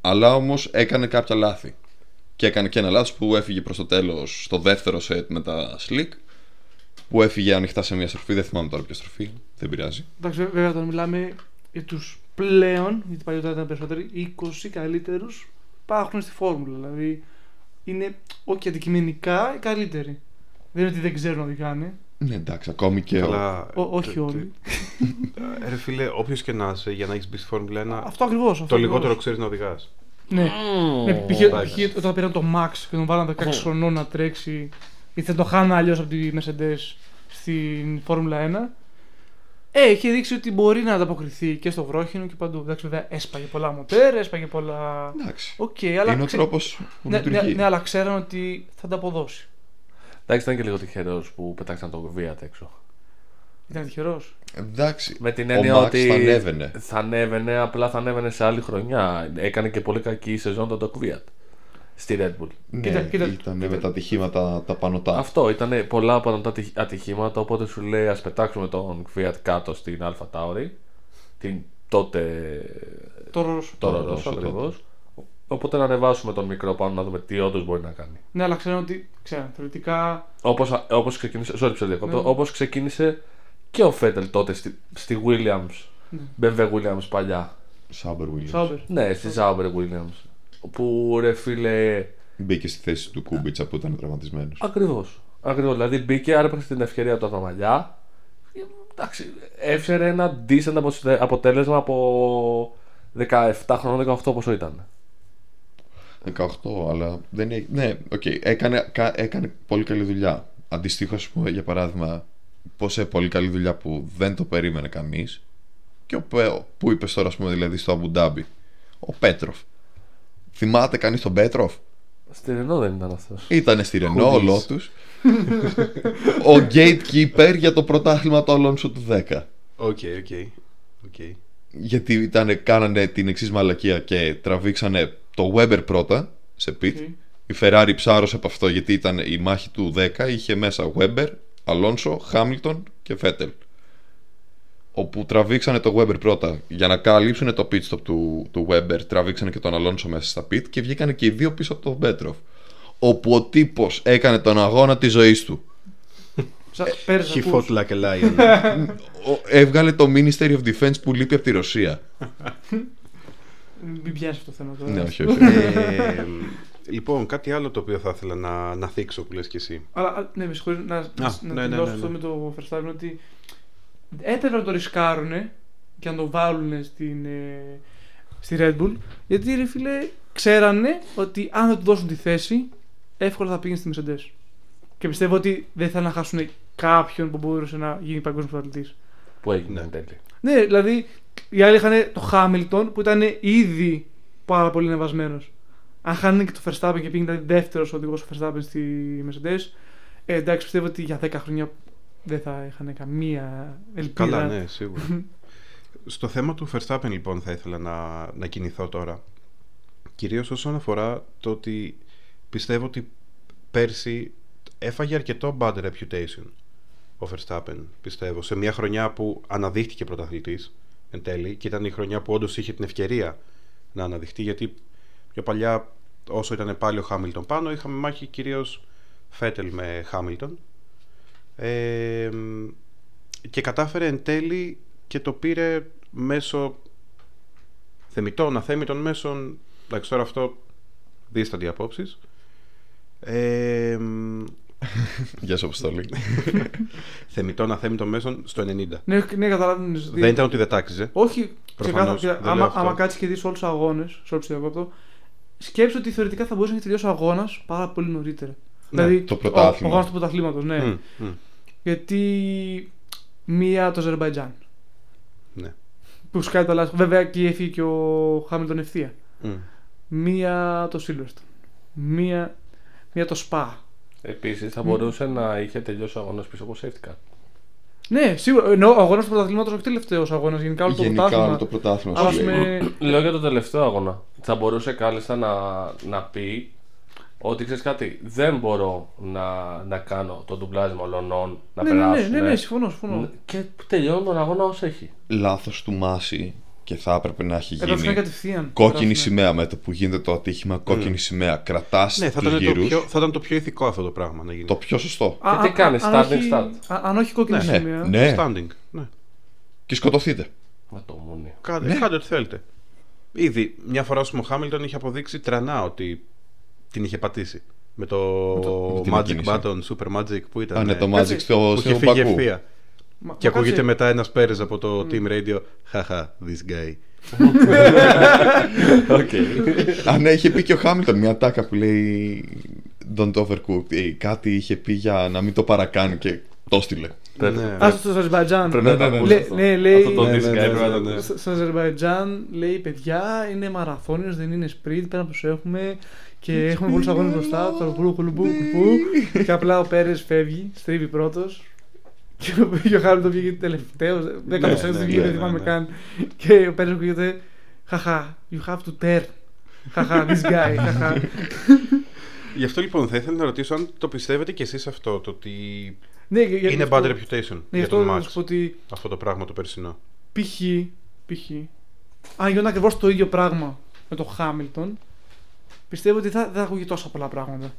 Speaker 3: Αλλά όμως έκανε κάποια λάθη. Και έκανε και ένα λάθος που έφυγε προς το τέλος στο δεύτερο σετ με τα slick που έφυγε ανοιχτά σε μια στροφή. Δεν θυμάμαι τώρα ποια στροφή. Δεν πειράζει.
Speaker 1: Εντάξει, βέβαια όταν μιλάμε για τους πλέον, γιατί παλιότερα ήταν περισσότεροι, 20 καλύτερους υπάρχουν στη φόρμουλα. Δηλαδή είναι όχι αντικειμενικά οι καλύτεροι. Δεν είναι ότι δεν ξέρουν να τι κάνει.
Speaker 3: Ναι, εντάξει, ακόμη και. ο-
Speaker 2: Αλλά,
Speaker 1: Ο- όχι
Speaker 2: τε-
Speaker 1: όλοι.
Speaker 2: τε- ε, Ρε φίλε, όποιος και να είσαι, για να έχεις μπει στη Φόρμουλα 1,
Speaker 1: Αυτό ακριβώς.
Speaker 2: το λιγότερο ξέρεις να οδηγάς.
Speaker 1: Ναι. Ναι, π.χ.
Speaker 2: εντάξει.
Speaker 1: π.χ. όταν πήραν το Max και τον βάλαν 16 χρονών να τρέξει, γιατί θα το χάνε αλλιώς από τη Mercedes στην Φόρμουλα 1. Ε, είχε δείξει ότι μπορεί να ανταποκριθεί και στο βρόχινο και παντού. Εντάξει, βέβαια έσπαγε πολλά μοτέρ, έσπαγε πολλά.
Speaker 3: Εντάξει.
Speaker 1: Οκ, αλλά.
Speaker 3: είναι ο
Speaker 1: ξε-
Speaker 3: τρόπος που
Speaker 1: ναι, ναι,
Speaker 3: λειτουργεί.
Speaker 1: ναι, αλλά ξέραν ότι θα τα αποδώσει.
Speaker 4: Εντάξει, ήταν και λίγο τυχερός που πετάξαν τον Κβίατ έξω.
Speaker 1: Ήταν τυχερός.
Speaker 3: Εντάξει.
Speaker 4: Με την
Speaker 3: ο
Speaker 4: έννοια
Speaker 3: Max
Speaker 4: ότι.
Speaker 3: θα ανέβαινε.
Speaker 4: Θα ανέβαινε, απλά θα ανέβαινε σε άλλη χρονιά. Έκανε και πολύ κακή σεζόν τον Κβίατ στη Red Bull.
Speaker 3: Ναι,
Speaker 1: Κοίτα- κοίτα-
Speaker 3: ήταν
Speaker 1: κοίτα-
Speaker 3: με τα ατυχήματα τα πανωτά.
Speaker 4: Αυτό ήταν πολλά από τα ατυχ- ατυχήματα. Οπότε σου λέει, ας πετάξουμε τον Κβίατ κάτω στην Αλφα Τάουρι. Την τότε
Speaker 1: Τώρα
Speaker 4: Τώρα
Speaker 3: Ε, Τώρα,
Speaker 4: τόσο
Speaker 3: τόσο
Speaker 4: ακριβώς. Οπότε να ανεβάσουμε τον μικρό πάνω να δούμε τι όντως μπορεί να κάνει.
Speaker 1: Ναι, αλλά ξέραν ότι. Ξέραν, θεωρητικά.
Speaker 4: Όπως όπως ξεκίνησε, sorry, που σε διακόπτω,
Speaker 1: Ναι.
Speaker 4: όπως ξεκίνησε και ο Φέτελ τότε στη, στη Williams, BMW Williams παλιά.
Speaker 3: Σάμπερ Williams.
Speaker 1: Σάμπερ.
Speaker 4: Ναι, στη Sauber Williams. Που ρε φίλε.
Speaker 3: Μπήκε στη θέση του Κούμπιτσα που ήταν τραυματισμένος.
Speaker 4: Ακριβώς. Ακριβώς. Δηλαδή μπήκε, άρπαξε την ευκαιρία από τα μαλλιά. Ε, Εντάξει, έφερε ένα decent αποσυτε- αποτέλεσμα από 17 χρονών, 18 πόσο ήταν.
Speaker 3: 18, αλλά δεν έχει. Ναι, οκ. Έκανε, κα- έκανε πολύ καλή δουλειά. Αντιστοίχως, για παράδειγμα, πόσα πολύ καλή δουλειά που δεν το περίμενε κανείς. Και ο Πε- που είπες τώρα, ας πούμε, δηλαδή στο Αμπουντάμπι. Ο Πέτροφ. Θυμάται κανείς τον Πέτροφ.
Speaker 4: Στη Ρενό δεν ήταν αυτός.
Speaker 3: Ήταν στη Ρενό, ο
Speaker 2: Χούντις.
Speaker 3: Λότου. ο gatekeeper για το πρωτάθλημα του Αλόνσο του 10.
Speaker 2: Οκ, οκ. οκ.
Speaker 3: Γιατί ήταν, κάνανε την εξής μαλακία και τραβήξανε το Weber πρώτα σε pit.
Speaker 1: Οκ.
Speaker 3: Η Ferrari ψάρωσε από αυτό γιατί ήταν η μάχη του 10. Είχε μέσα Weber, Alonso, Hamilton και Vettel. Όπου τραβήξανε το Weber πρώτα για να καλύψουν το pit stop του, του Weber. Τραβήξανε και τον Alonso μέσα στα pit και βγήκανε και οι δύο πίσω από τον Πέτροφ. Όπου ο τύπος έκανε τον αγώνα της ζωής του.
Speaker 1: Σα- Πέρυσι.
Speaker 2: He
Speaker 1: ακούς.
Speaker 2: fought like a lion.
Speaker 3: Ο- έβγαλε το Ministry of Defense που λείπει από τη Ρωσία.
Speaker 1: Μην πιάσει αυτό το θέμα τώρα.
Speaker 3: ναι, όχι, όχι.
Speaker 2: Ε, λοιπόν, κάτι άλλο το οποίο θα ήθελα να, να θίξω που λες και εσύ.
Speaker 1: Αλλά α, ναι, με συγχωρείτε να, να
Speaker 2: ναι, ναι,
Speaker 1: τελειώσω
Speaker 2: ναι,
Speaker 1: αυτό
Speaker 2: ναι.
Speaker 1: με το Verstappen ότι έπρεπε να το ρισκάρουνε και να το βάλουν στην, ε, στη Red Bull. Γιατί ρε φίλε, ξέρανε ότι αν δεν του δώσουν τη θέση, εύκολα θα πήγαινε στη Mercedes. Και πιστεύω ότι δεν θα να χάσουν κάποιον που μπορούσε να γίνει παγκόσμιος πρωταθλητής.
Speaker 4: Που έγινε
Speaker 2: Ναι.
Speaker 4: εν τέλει.
Speaker 1: Ναι, δηλαδή οι άλλοι είχαν το Hamilton που ήταν ήδη πάρα πολύ ανεβασμένος. Αν χάνανε και το Verstappen και πήγαινε δεύτερος οδηγός του Verstappen στη Mercedes, ε, εντάξει, πιστεύω ότι για 10 χρόνια δεν θα είχαν καμία ελπίδα.
Speaker 2: Καλά, ναι, σίγουρα. Στο θέμα του Verstappen, λοιπόν, θα ήθελα να, να κινηθώ τώρα. Κυρίως όσον αφορά το ότι πιστεύω ότι πέρσι έφαγε αρκετό bad reputation ο Verstappen, πιστεύω. Σε μια χρονιά που αναδείχτηκε πρωταθλητής εν τέλει και ήταν η χρονιά που όντως είχε την ευκαιρία να αναδειχτεί γιατί πιο παλιά όσο ήταν πάλι ο Χάμιλτον πάνω είχαμε μάχη κυρίως Φέτελ με Χάμιλτον ε, και κατάφερε εν τέλει και το πήρε μέσω θεμητών, αθέμητων μέσων εντάξει τώρα αυτό δίστανται απόψεις ε,
Speaker 3: Γεια σου, Αποστολή.
Speaker 2: θεμητών, αθέμητων μέσων στο 90
Speaker 1: ναι, ναι καταλαβαίνεις, δηλαδή-
Speaker 2: δεν ήταν ότι δεν τάξιζε
Speaker 1: Όχι,
Speaker 2: Προφανώς,
Speaker 1: ξεκάθαρα. κοίτα,
Speaker 2: δεν λέω
Speaker 1: Άμα,
Speaker 2: αυτό.
Speaker 1: άμα κάτσεις και δεις όλους τους αγώνες, σε όλους τους διακόπτω, σκέψτε ότι θεωρητικά θα μπορούσε να έχει τελειώσει ο αγώνας πάρα πολύ νωρίτερα.
Speaker 2: Ναι,
Speaker 1: δηλαδή,
Speaker 3: το
Speaker 1: ο-
Speaker 3: πρωτάθλημα.
Speaker 1: Ο, αγώνας του πρωταθλήματος, ναι.
Speaker 2: Μμ, μμ,
Speaker 1: Γιατί μία το Αζερβαϊτζάν.
Speaker 2: ναι.
Speaker 1: Που σκάει το λάθο. Βέβαια και έφυγε και ο Χάμιλτον ευθεία.
Speaker 2: Μμ.
Speaker 1: Μία το Silverstone. Μία, μία το Spa.
Speaker 4: Επίσης, θα μπορούσε να είχε τελειώσει ο αγώνας πίσω από safety car.
Speaker 1: Ναι, σίγουρα. Ενώ ο αγώνας του πρωταθλήματος όχι τελευταίος αγώνας. Γενικά όλο το
Speaker 3: Γενικά όλο
Speaker 1: πρωτάθλημα.
Speaker 3: το πρωτάθλημα
Speaker 1: Αλλά
Speaker 3: σου
Speaker 1: ας
Speaker 3: λέει.
Speaker 1: πούμε.
Speaker 4: Λέω για τον τελευταίο αγώνα. Θα μπορούσε κάλλιστα να, να πει ότι ξέρεις κάτι, δεν μπορώ να, να κάνω το ντουμπλάζ μολονών να
Speaker 1: Ναι, ναι, ναι,
Speaker 4: περάσουν.
Speaker 1: ναι, ναι, συμφωνώ, συμφωνώ.
Speaker 4: Και τελειώνω τον αγώνα όσο έχει.
Speaker 3: Λάθος του Μάση και θα έπρεπε να έχει
Speaker 1: Γράφουν
Speaker 3: γίνει
Speaker 1: κατευθείαν.
Speaker 3: κόκκινη
Speaker 1: Γράφουνε.
Speaker 3: σημαία με το που γίνεται το ατύχημα,
Speaker 2: Mm.
Speaker 3: κόκκινη σημαία. Κρατάς
Speaker 2: Ναι, θα
Speaker 3: τους
Speaker 2: ήταν, το
Speaker 3: γύρους.
Speaker 2: πιο, θα ήταν το πιο ηθικό αυτό το πράγμα να γίνει.
Speaker 3: Το πιο σωστό.
Speaker 1: Α,
Speaker 4: Και Ε, τι
Speaker 1: αν-
Speaker 4: κάνεις,
Speaker 1: αν
Speaker 4: standing
Speaker 1: όχι-
Speaker 4: start.
Speaker 1: α- Αν όχι κόκκινη
Speaker 3: ναι,
Speaker 1: σημαία.
Speaker 3: ναι.
Speaker 2: Standing. Ναι.
Speaker 3: Και σκοτωθείτε.
Speaker 4: Με το μουνί.
Speaker 2: Κάντε,
Speaker 3: Ναι.
Speaker 2: κάντε ό,τι θέλετε. Ήδη μια φορά ας πούμε, ο Χάμιλτον είχε αποδείξει τρανά ότι την είχε πατήσει. Με το,
Speaker 3: με την
Speaker 2: Magic
Speaker 3: εκκίνηση.
Speaker 2: Button, Super Magic που ήταν.
Speaker 3: Α, ναι, το
Speaker 2: ε,
Speaker 3: Magic στο
Speaker 2: που είχε
Speaker 3: στο
Speaker 2: φύγει
Speaker 3: Μπακού.
Speaker 2: ευθεία. Και
Speaker 1: Μα- μα κάτσε,
Speaker 2: ακούγεται μετά ένας Πέρες από το
Speaker 1: Ναι.
Speaker 2: Team Radio. Χαχα, this guy.
Speaker 4: Οκ.
Speaker 3: Α, ναι, είχε πει και ο Χάμιλτον μια τάκα που λέει Don't overcook. Ε, κάτι είχε πει για να μην το παρακάνει και το στείλε.
Speaker 2: Ναι.
Speaker 1: Άστο στο Αζερβαϊτζάν.
Speaker 4: Πρέπει να τα
Speaker 3: Ναι,
Speaker 4: ακούς
Speaker 1: ναι,
Speaker 4: αυτό.
Speaker 1: ναι, λέει-
Speaker 4: Αυτό το
Speaker 1: Ναι,
Speaker 4: δίσκα
Speaker 2: ναι,
Speaker 4: έπρεπε να
Speaker 2: ναι,
Speaker 4: το
Speaker 2: ναι.
Speaker 4: ακούς.
Speaker 1: Στο- Στο Αζερβαϊτζάν λέει παιδιά είναι μαραθώνιος, δεν είναι sprint. Πρέπει να προσέχουμε και έχουμε πολλούς αγώνες μπροστά. Το κουλμπού, κουλμπού,
Speaker 2: ναι».
Speaker 1: κουλμπού. Και απλά ο Πέρες φεύγει, στρίβει πρώτος. Και ο- Και ο Χάμιλτον βγήκε τελευταίος. Δεν
Speaker 2: Ναι,
Speaker 1: καταφέρει,
Speaker 2: ναι,
Speaker 1: δεν βγήκε,
Speaker 2: ναι,
Speaker 1: δεν θυμάμαι
Speaker 2: ναι.
Speaker 1: καν. Και ο Πέρες ακούγεται Χαχά, you have to turn. Χαχά, this guy. Χαχά.
Speaker 2: Γι' αυτό λοιπόν θα ήθελα να ρωτήσω αν το πιστεύετε κι εσείς αυτό, το ότι
Speaker 1: Ναι, για- για-
Speaker 2: είναι
Speaker 1: αυτό-
Speaker 2: bad reputation
Speaker 1: Ναι, γι'
Speaker 2: για
Speaker 1: αυτό
Speaker 2: τον
Speaker 1: να
Speaker 2: Max,
Speaker 1: σου πω ότι
Speaker 2: αυτό το πράγμα το περσινό.
Speaker 1: π.χ. π.χ. Αν γινόταν ακριβώς το ίδιο πράγμα με το Χάμιλτον, πιστεύω ότι θα, δεν θα ακούγε τόσο πολλά πράγματα.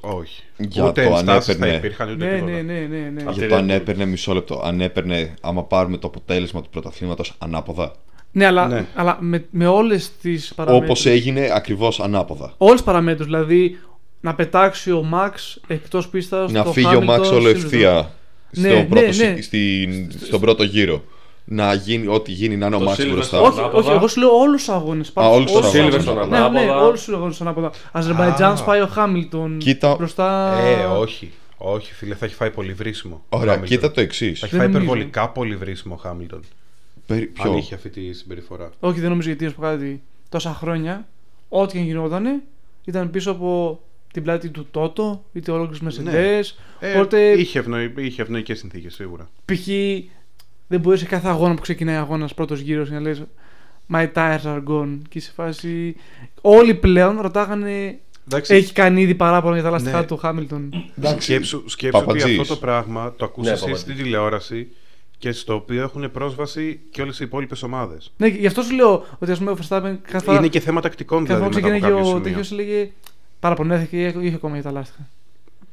Speaker 2: Όχι.
Speaker 3: Για
Speaker 2: ούτε
Speaker 3: το αν
Speaker 2: ενστάσεις θα
Speaker 3: έπαιρνε.
Speaker 2: υπήρχαν, ούτε
Speaker 1: Ναι,
Speaker 2: τίποτα.
Speaker 1: ναι, ναι, ναι. ναι.
Speaker 4: Αυτή
Speaker 3: Για
Speaker 4: είναι
Speaker 3: το αν
Speaker 4: η-
Speaker 3: έπαιρνε μισό λεπτό. Αν έπαιρνε, άμα πάρουμε το αποτέλεσμα του πρωταθλήματος ανάποδα.
Speaker 1: Ναι, αλλά,
Speaker 2: Ναι.
Speaker 1: αλλά με, με όλες τις
Speaker 3: Όπω
Speaker 1: παραμέτρου.
Speaker 3: έγινε ακριβώς ανάποδα.
Speaker 1: Όλες τις παραμέτρους. Δηλαδή να πετάξει ο Μαξ εκτός πίστας.
Speaker 3: να φύγει ο Μαξ όλο ευθεία
Speaker 1: Ναι,
Speaker 3: στο
Speaker 1: ναι,
Speaker 3: πρώτο,
Speaker 1: ναι.
Speaker 3: συ- στην- στον πρώτο γύρο. Να γίνει ό,τι γίνει, να είναι ο
Speaker 4: Το
Speaker 3: Μαξ
Speaker 4: Silverstone.
Speaker 3: μπροστά.
Speaker 1: Όχι,
Speaker 4: Ανάποδα.
Speaker 1: όχι, εγώ σου λέω όλους τους αγώνες.
Speaker 3: όλους τους αγώνες.
Speaker 1: Ναι, ναι,
Speaker 4: Ανάποδα.
Speaker 1: όλου τους αγώνες ανάποδα. Αζερβαϊτζάν
Speaker 2: Α.
Speaker 1: σπάει ο Χάμιλτον.
Speaker 3: Κοίτα-
Speaker 1: Μπροστά.
Speaker 2: Ε, όχι. Όχι, φίλε, θα έχει φάει πολύ βρίσιμο. ο
Speaker 3: Ωραία,
Speaker 2: Hamilton.
Speaker 3: κοίτα το εξής.
Speaker 2: Θα έχει
Speaker 1: Δεν
Speaker 2: φάει
Speaker 1: νομίζω.
Speaker 2: υπερβολικά πολύ βρίσιμο ο Χάμιλτον. Αν είχε αυτή τη συμπεριφορά.
Speaker 1: Όχι, δεν νομίζω γιατί α πούμε κάτι τόσα χρόνια. Ό,τι και αν γινότανε ήταν πίσω από την πλάτη του Τότο, είτε ολόκληρου Μεσεντές.
Speaker 2: Ναι. Ε,
Speaker 1: Οπότε
Speaker 2: είχε, ευνοϊ, είχε ευνοϊκές συνθήκες σίγουρα.
Speaker 1: π.χ. δεν μπορείς σε κάθε αγώνα που ξεκινάει αγώνας πρώτος γύρος να λες My tires are gone. Και σε φάση. Όλοι πλέον ρωτάγανε.
Speaker 2: Εντάξει,
Speaker 1: Έχει κάνει ήδη παράπονα για τα λαστιχά
Speaker 2: Ναι.
Speaker 1: του Χάμιλτον.
Speaker 2: Σκέψου, σκέψου ότι
Speaker 3: Παπατζής.
Speaker 2: αυτό το πράγμα το ακούσα
Speaker 4: Ναι,
Speaker 2: εσύ στην
Speaker 4: Παπατζής.
Speaker 2: τηλεόραση και στο οποίο έχουν πρόσβαση και όλες οι υπόλοιπες ομάδες.
Speaker 1: ναι, γι' αυτό σου λέω ότι ας πούμε ο Verstappen κάθε φορά
Speaker 2: Είναι και θέμα τακτικών
Speaker 1: κάθε φορά
Speaker 2: δηλαδή
Speaker 1: που
Speaker 2: μετά από
Speaker 1: ξεκίναγε
Speaker 2: κάποιο σημείο.
Speaker 1: ο τέτοιο έλεγε Παραπονέθηκε και είχε ακόμα για τα λάστιχα.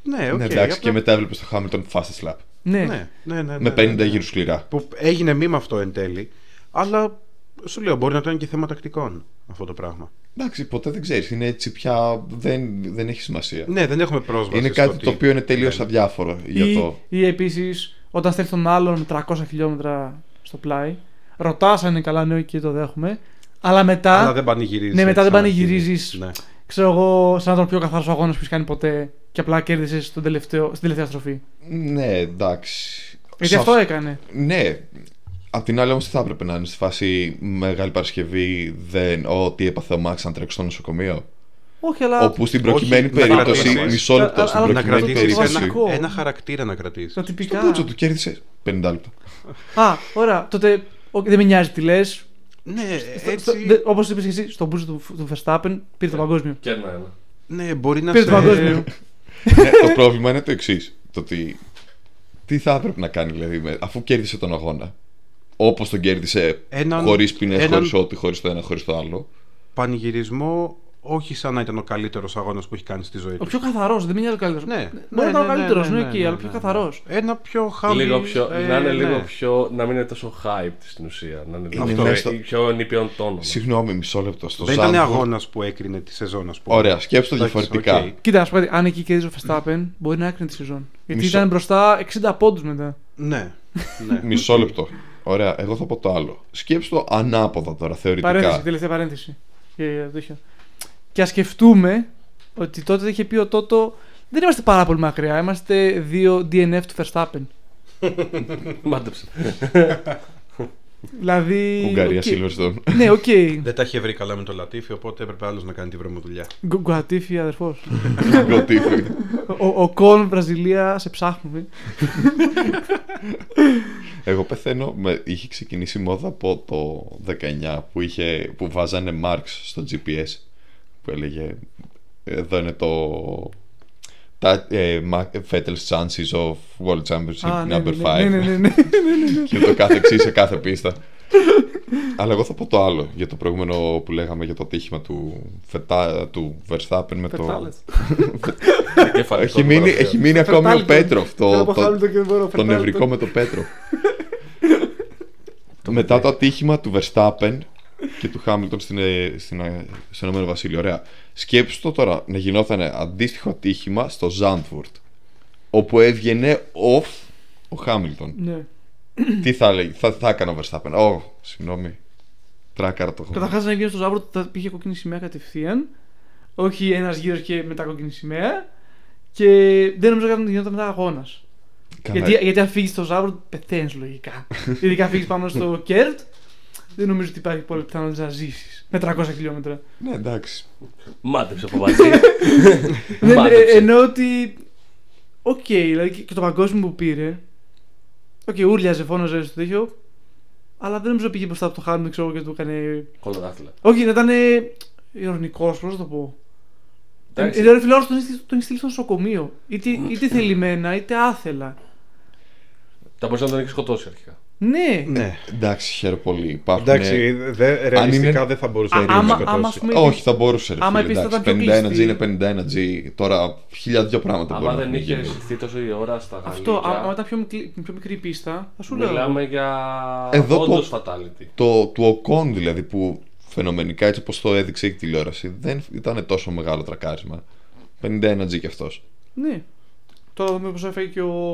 Speaker 2: Ναι, οκ,
Speaker 3: ναι, εντάξει,
Speaker 2: απλά-
Speaker 3: και μετά έβλεπε το Hamilton fastest lap.
Speaker 1: Ναι.
Speaker 2: Ναι, ναι, ναι,
Speaker 3: με
Speaker 2: ναι,
Speaker 3: 50
Speaker 2: ναι.
Speaker 3: γύρους σκληρά.
Speaker 2: Που έγινε μήμα αυτό εν τέλει. Αλλά σου λέω, μπορεί να ήταν και θέμα τακτικών αυτό το πράγμα.
Speaker 3: Εντάξει, ποτέ δεν ξέρεις. Είναι έτσι πια. Δεν, δεν έχει σημασία.
Speaker 2: Ναι, δεν έχουμε πρόσβαση.
Speaker 3: είναι
Speaker 2: στο
Speaker 3: κάτι
Speaker 2: τι-
Speaker 3: το οποίο είναι τελείως
Speaker 2: Ναι.
Speaker 3: αδιάφορο για
Speaker 1: Ή,
Speaker 3: το.
Speaker 1: ή επίσης, όταν στέλνει τον άλλον 300 χιλιόμετρα στο πλάι, ρωτάς αν είναι καλά, ναι, οκ, το δέχομαι. Αλλά μετά,
Speaker 2: Αλλά δεν πανηγυρίζεις.
Speaker 1: Ναι, μετά δεν πανηγυρίζεις.
Speaker 2: Ναι.
Speaker 1: ξέρω εγώ, σαν τον πιο καθαρός αγώνας που έχεις κάνει ποτέ και απλά κέρδισες στον τελευταίο, στην τελευταία στροφή.
Speaker 3: Ναι, εντάξει.
Speaker 1: Γιατί
Speaker 3: Σε
Speaker 1: Ε, αυτό
Speaker 3: αυ-
Speaker 1: έκανε.
Speaker 3: Ναι. Απ' την άλλη, όμως, τι θα έπρεπε να είναι στη φάση Μεγάλη Παρασκευή, δεν. Ό, τι έπαθε ο Μάξ να τρέξει στο νοσοκομείο.
Speaker 1: Όχι, αλλά.
Speaker 3: Όπου στην προκειμένη
Speaker 2: να
Speaker 3: περίπτωση.
Speaker 2: κρατήσεις.
Speaker 3: Μισό λεπτό.
Speaker 1: Α,
Speaker 3: Στην
Speaker 1: αλλά
Speaker 2: Να
Speaker 1: προκειμένη
Speaker 2: κρατήσεις
Speaker 1: περίπτωση.
Speaker 2: ένα,
Speaker 1: βασικό.
Speaker 2: ένα χαρακτήρα να κρατήσεις.
Speaker 1: Τα τυπικά.
Speaker 3: Στον πούτσο του κέρδισε 50 λεπτά.
Speaker 1: Α, ωραία. Τότε οκ, δεν με νοιάζει τι λες.
Speaker 2: Ναι, έτσι.
Speaker 1: Όπως είπες και εσύ, στον πούτσο του, του Verstappen πήρε το παγκόσμιο.
Speaker 4: Και ένα, ένα.
Speaker 2: Ναι, μπορεί να
Speaker 1: Πήρε το
Speaker 2: ε.
Speaker 1: παγκόσμιο.
Speaker 3: Ναι, το πρόβλημα είναι το εξής. Το ότι. Τι θα έπρεπε να κάνει, δηλαδή, με- αφού κέρδισε τον αγώνα. Όπως τον κέρδισε.
Speaker 2: Έναν-
Speaker 3: Χωρίς ποινέ,
Speaker 2: έναν-
Speaker 3: χωρίς ό,τι, χωρίς το ένα, χωρίς το άλλο.
Speaker 2: Πανηγυρισμό, όχι σαν να ήταν ο καλύτερος αγώνας που έχει κάνει στη ζωή
Speaker 1: Ο
Speaker 2: του.
Speaker 1: πιο καθαρός, δεν με νοιάζει ο καλύτερος.
Speaker 2: Ναι,
Speaker 1: Μπορεί να ήταν ο καλύτερος, ναι,
Speaker 2: ναι,
Speaker 1: εκεί, αλλά πιο
Speaker 2: ναι, ναι.
Speaker 1: καθαρός.
Speaker 2: Ένα πιο χαμηλό. ε, ναι.
Speaker 4: Λίγο πιο,
Speaker 3: ε,
Speaker 4: να είναι λίγο πιο. να μην είναι τόσο hype στην ουσία. Να είναι λίγο
Speaker 3: ναι. Είναι
Speaker 4: πιο-
Speaker 3: μέσα στο-
Speaker 4: πιο νηπιών τόνων.
Speaker 3: Συγγνώμη, μισό λεπτό. Στο
Speaker 2: Δεν ήταν
Speaker 3: Zandvoort-
Speaker 2: αγώνας που έκρινε τη σεζόν, ας πούμε.
Speaker 3: Ωραία, σκέψτε το
Speaker 2: Εντάξει,
Speaker 3: διαφορετικά.
Speaker 2: οκ.
Speaker 1: Κοίτα, ας πούμε, αν εκεί κέρδισε ο Verstappen, μπορεί να έκρινε τη σεζόν. Γιατί
Speaker 3: Μισό-
Speaker 1: ήταν μπροστά 60 πόντους μετά.
Speaker 2: Ναι. ναι.
Speaker 3: Μισό λεπτό. Ωραία, εγώ θα πω το άλλο. Σκέψτε το ανάποδα τώρα, θεωρητικά.
Speaker 1: Παρένθεση, τελευταία παρένθεση. Ε, τέτοιο. Και ας σκεφτούμε ότι τότε είχε πει ο Τότο δεν είμαστε πάρα πολύ μακριά. Είμαστε δύο DNF του Verstappen.
Speaker 4: Μάντεψε.
Speaker 1: Δηλαδή.
Speaker 3: Ουγγαρία,
Speaker 1: οκ.
Speaker 3: Silverstone.
Speaker 1: Ναι, οκ.
Speaker 2: Δεν τα είχε βρει καλά με τον Λατίφη, οπότε έπρεπε άλλος να κάνει τη βρωμοδουλειά.
Speaker 1: Γκου- Γκουατίφη, αδερφό.
Speaker 3: Κοτήφι.
Speaker 1: ο, ο Κον, Βραζιλία, σε ψάχνουμε.
Speaker 3: Εγώ πεθαίνω. Με... Είχε ξεκινήσει η μόδα από το 19 που, είχε... που βάζανε Marks στο GPS. Που έλεγε Εδώ είναι το. Τα, ε, Ma- Vettel's chances of World Championship
Speaker 1: Α, ναι,
Speaker 3: number 5
Speaker 1: ναι, ναι, ναι, ναι, ναι, ναι, ναι, ναι.
Speaker 3: και το κάθε εξή σε κάθε πίστα. Αλλά εγώ θα πω το άλλο για το προηγούμενο που λέγαμε για το ατύχημα του, Φετά, του Verstappen με το.
Speaker 1: Φερτάλες.
Speaker 3: Έχει μείνει, έχει μείνει ακόμη ο
Speaker 1: Φερτάλιτον.
Speaker 3: Πέτροφ.
Speaker 1: Θέλω
Speaker 3: Το,
Speaker 1: από
Speaker 3: το,
Speaker 1: Χάμιλτον και δεν μπορώ,
Speaker 3: το
Speaker 1: Φερτάλιτον.
Speaker 3: νευρικό με το Πέτροφ. Μετά το ατύχημα του Verstappen και του Χάμιλτον στην, ε, στην, ε, στο Ηνωμένο Βασίλειο. Ωραία. Σκέψου το τώρα να γινόταν αντίστοιχο ατύχημα στο Zandvoort. Όπου έβγαινε off ο Χάμιλτον.
Speaker 1: Ναι.
Speaker 3: Τι θα έλεγε, θα, θα έκανε ο Verstappen. Ω, συγγνώμη. Τράκαρα το χώρο.
Speaker 1: Καταρχά, να βγει στο Ζάβρο, θα πήγε κόκκινη σημαία κατευθείαν. Όχι ένας γύρος και μετά κόκκινη σημαία. Και δεν νομίζω καν ότι γινόταν μετά αγώνας. Γιατί, γιατί αν φύγεις στο Ζάβρο, πεθαίνεις λογικά. Ειδικά αν φύγεις πάνω στο Κέρτ, δεν νομίζω ότι υπάρχει πολλή πιθανότητα να ζήσεις με 300 χιλιόμετρα.
Speaker 3: Ναι, εντάξει.
Speaker 4: Μάντεψε φοβατζή.
Speaker 3: Ναι,
Speaker 1: Δεν, ε,
Speaker 4: Μάντεψε.
Speaker 1: ενώ ότι. Οκ, δηλαδή και- και το παγκόσμιο που πήρε. Οκ, ούρλιαζε, φώναζε στο τέτοιο. Αλλά δεν νομίζω πήγε μπροστά από το Χάμιλτον, ξέρω εγώ, και του έκανε.
Speaker 4: Κολοδάθλα.
Speaker 1: Όχι, να ήταν. Ηρωνικός, πώς να το πω.
Speaker 4: Εντάξει.
Speaker 1: Ε, ρε φίλε, ο άλλος τον έχει- τον έχεις στείλει στο νοσοκομείο. Είτε, είτε θελημένα, είτε άθελα.
Speaker 4: Τα μπορούσε να τον έχει σκοτώσει αρχικά.
Speaker 1: Ναι.
Speaker 2: Ναι.
Speaker 3: Εντάξει, χαίρομαι πολύ. Υπάρχουν...
Speaker 2: Εντάξει,
Speaker 4: Ναι.
Speaker 2: δε, ρεαλιστικά
Speaker 3: είναι-
Speaker 2: δεν θα μπορούσε
Speaker 1: Α,
Speaker 2: να
Speaker 1: άμα-
Speaker 2: το
Speaker 1: άμα,
Speaker 2: σκοτώσει.
Speaker 1: ας πούμε,
Speaker 3: Όχι, θα μπορούσε. Ρε,
Speaker 1: Άμα
Speaker 3: φίλε,
Speaker 1: επίσης θα
Speaker 3: εντάξει,
Speaker 1: ήταν πιο
Speaker 3: 51G είναι
Speaker 1: κλειστή.
Speaker 3: 51G. Τώρα χίλια δυο πράγματα
Speaker 4: Άμα
Speaker 3: μπορεί να
Speaker 4: δεν
Speaker 3: έχουν
Speaker 4: είχες
Speaker 3: γίνει.
Speaker 4: συστηθεί τόσο η ώρα στα γαλλικά.
Speaker 1: Αυτό, α- άμα ήταν πιο μικρή, πιο μικρή πίστα, θα σου λέω.
Speaker 4: Μιλάμε για
Speaker 3: Εδώ το-
Speaker 4: όντως fatality.
Speaker 3: Το, του Οκόν δηλαδή που φαινομενικά έτσι όπως το έδειξε η τηλεόραση δεν ήταν τόσο μεγάλο τρακάρισμα. 51G κι αυτός.
Speaker 1: Ναι. Τώρα δούμε πώ έφαγε και ο.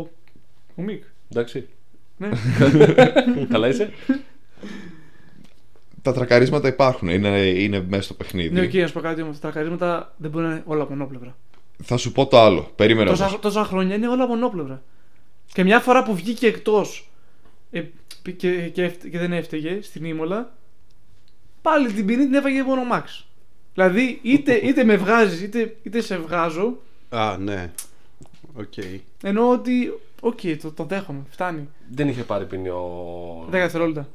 Speaker 1: Ο Μικ.
Speaker 4: Εντάξει.
Speaker 1: Ναι.
Speaker 4: Καλά είσαι.
Speaker 3: Τα τρακαρίσματα υπάρχουν, είναι, είναι μέσα στο παιχνίδι.
Speaker 1: ναι, οκ, να σου πω κάτι όμως. Τα καρίσματα δεν μπορεί να είναι όλα μονόπλευρα.
Speaker 3: Θα σου πω το άλλο. Περίμενα όμως.
Speaker 1: Τόσα, τόσα χρόνια είναι όλα μονόπλευρα. Και μια φορά που βγήκε εκτός και, και, έφ- και δεν έφταιγε στην ήμολα, πάλι την ποινή την έφαγε μόνο ο Μαξ. Δηλαδή, είτε, είτε με βγάζεις, είτε, είτε σε βγάζω,
Speaker 2: Α, ναι. Οκ.
Speaker 1: Ενώ ότι. Οκ, το, το δέχομαι. Φτάνει.
Speaker 4: Δεν είχε πάρει ποινή ο.
Speaker 1: 10 δευτερόλεπτα.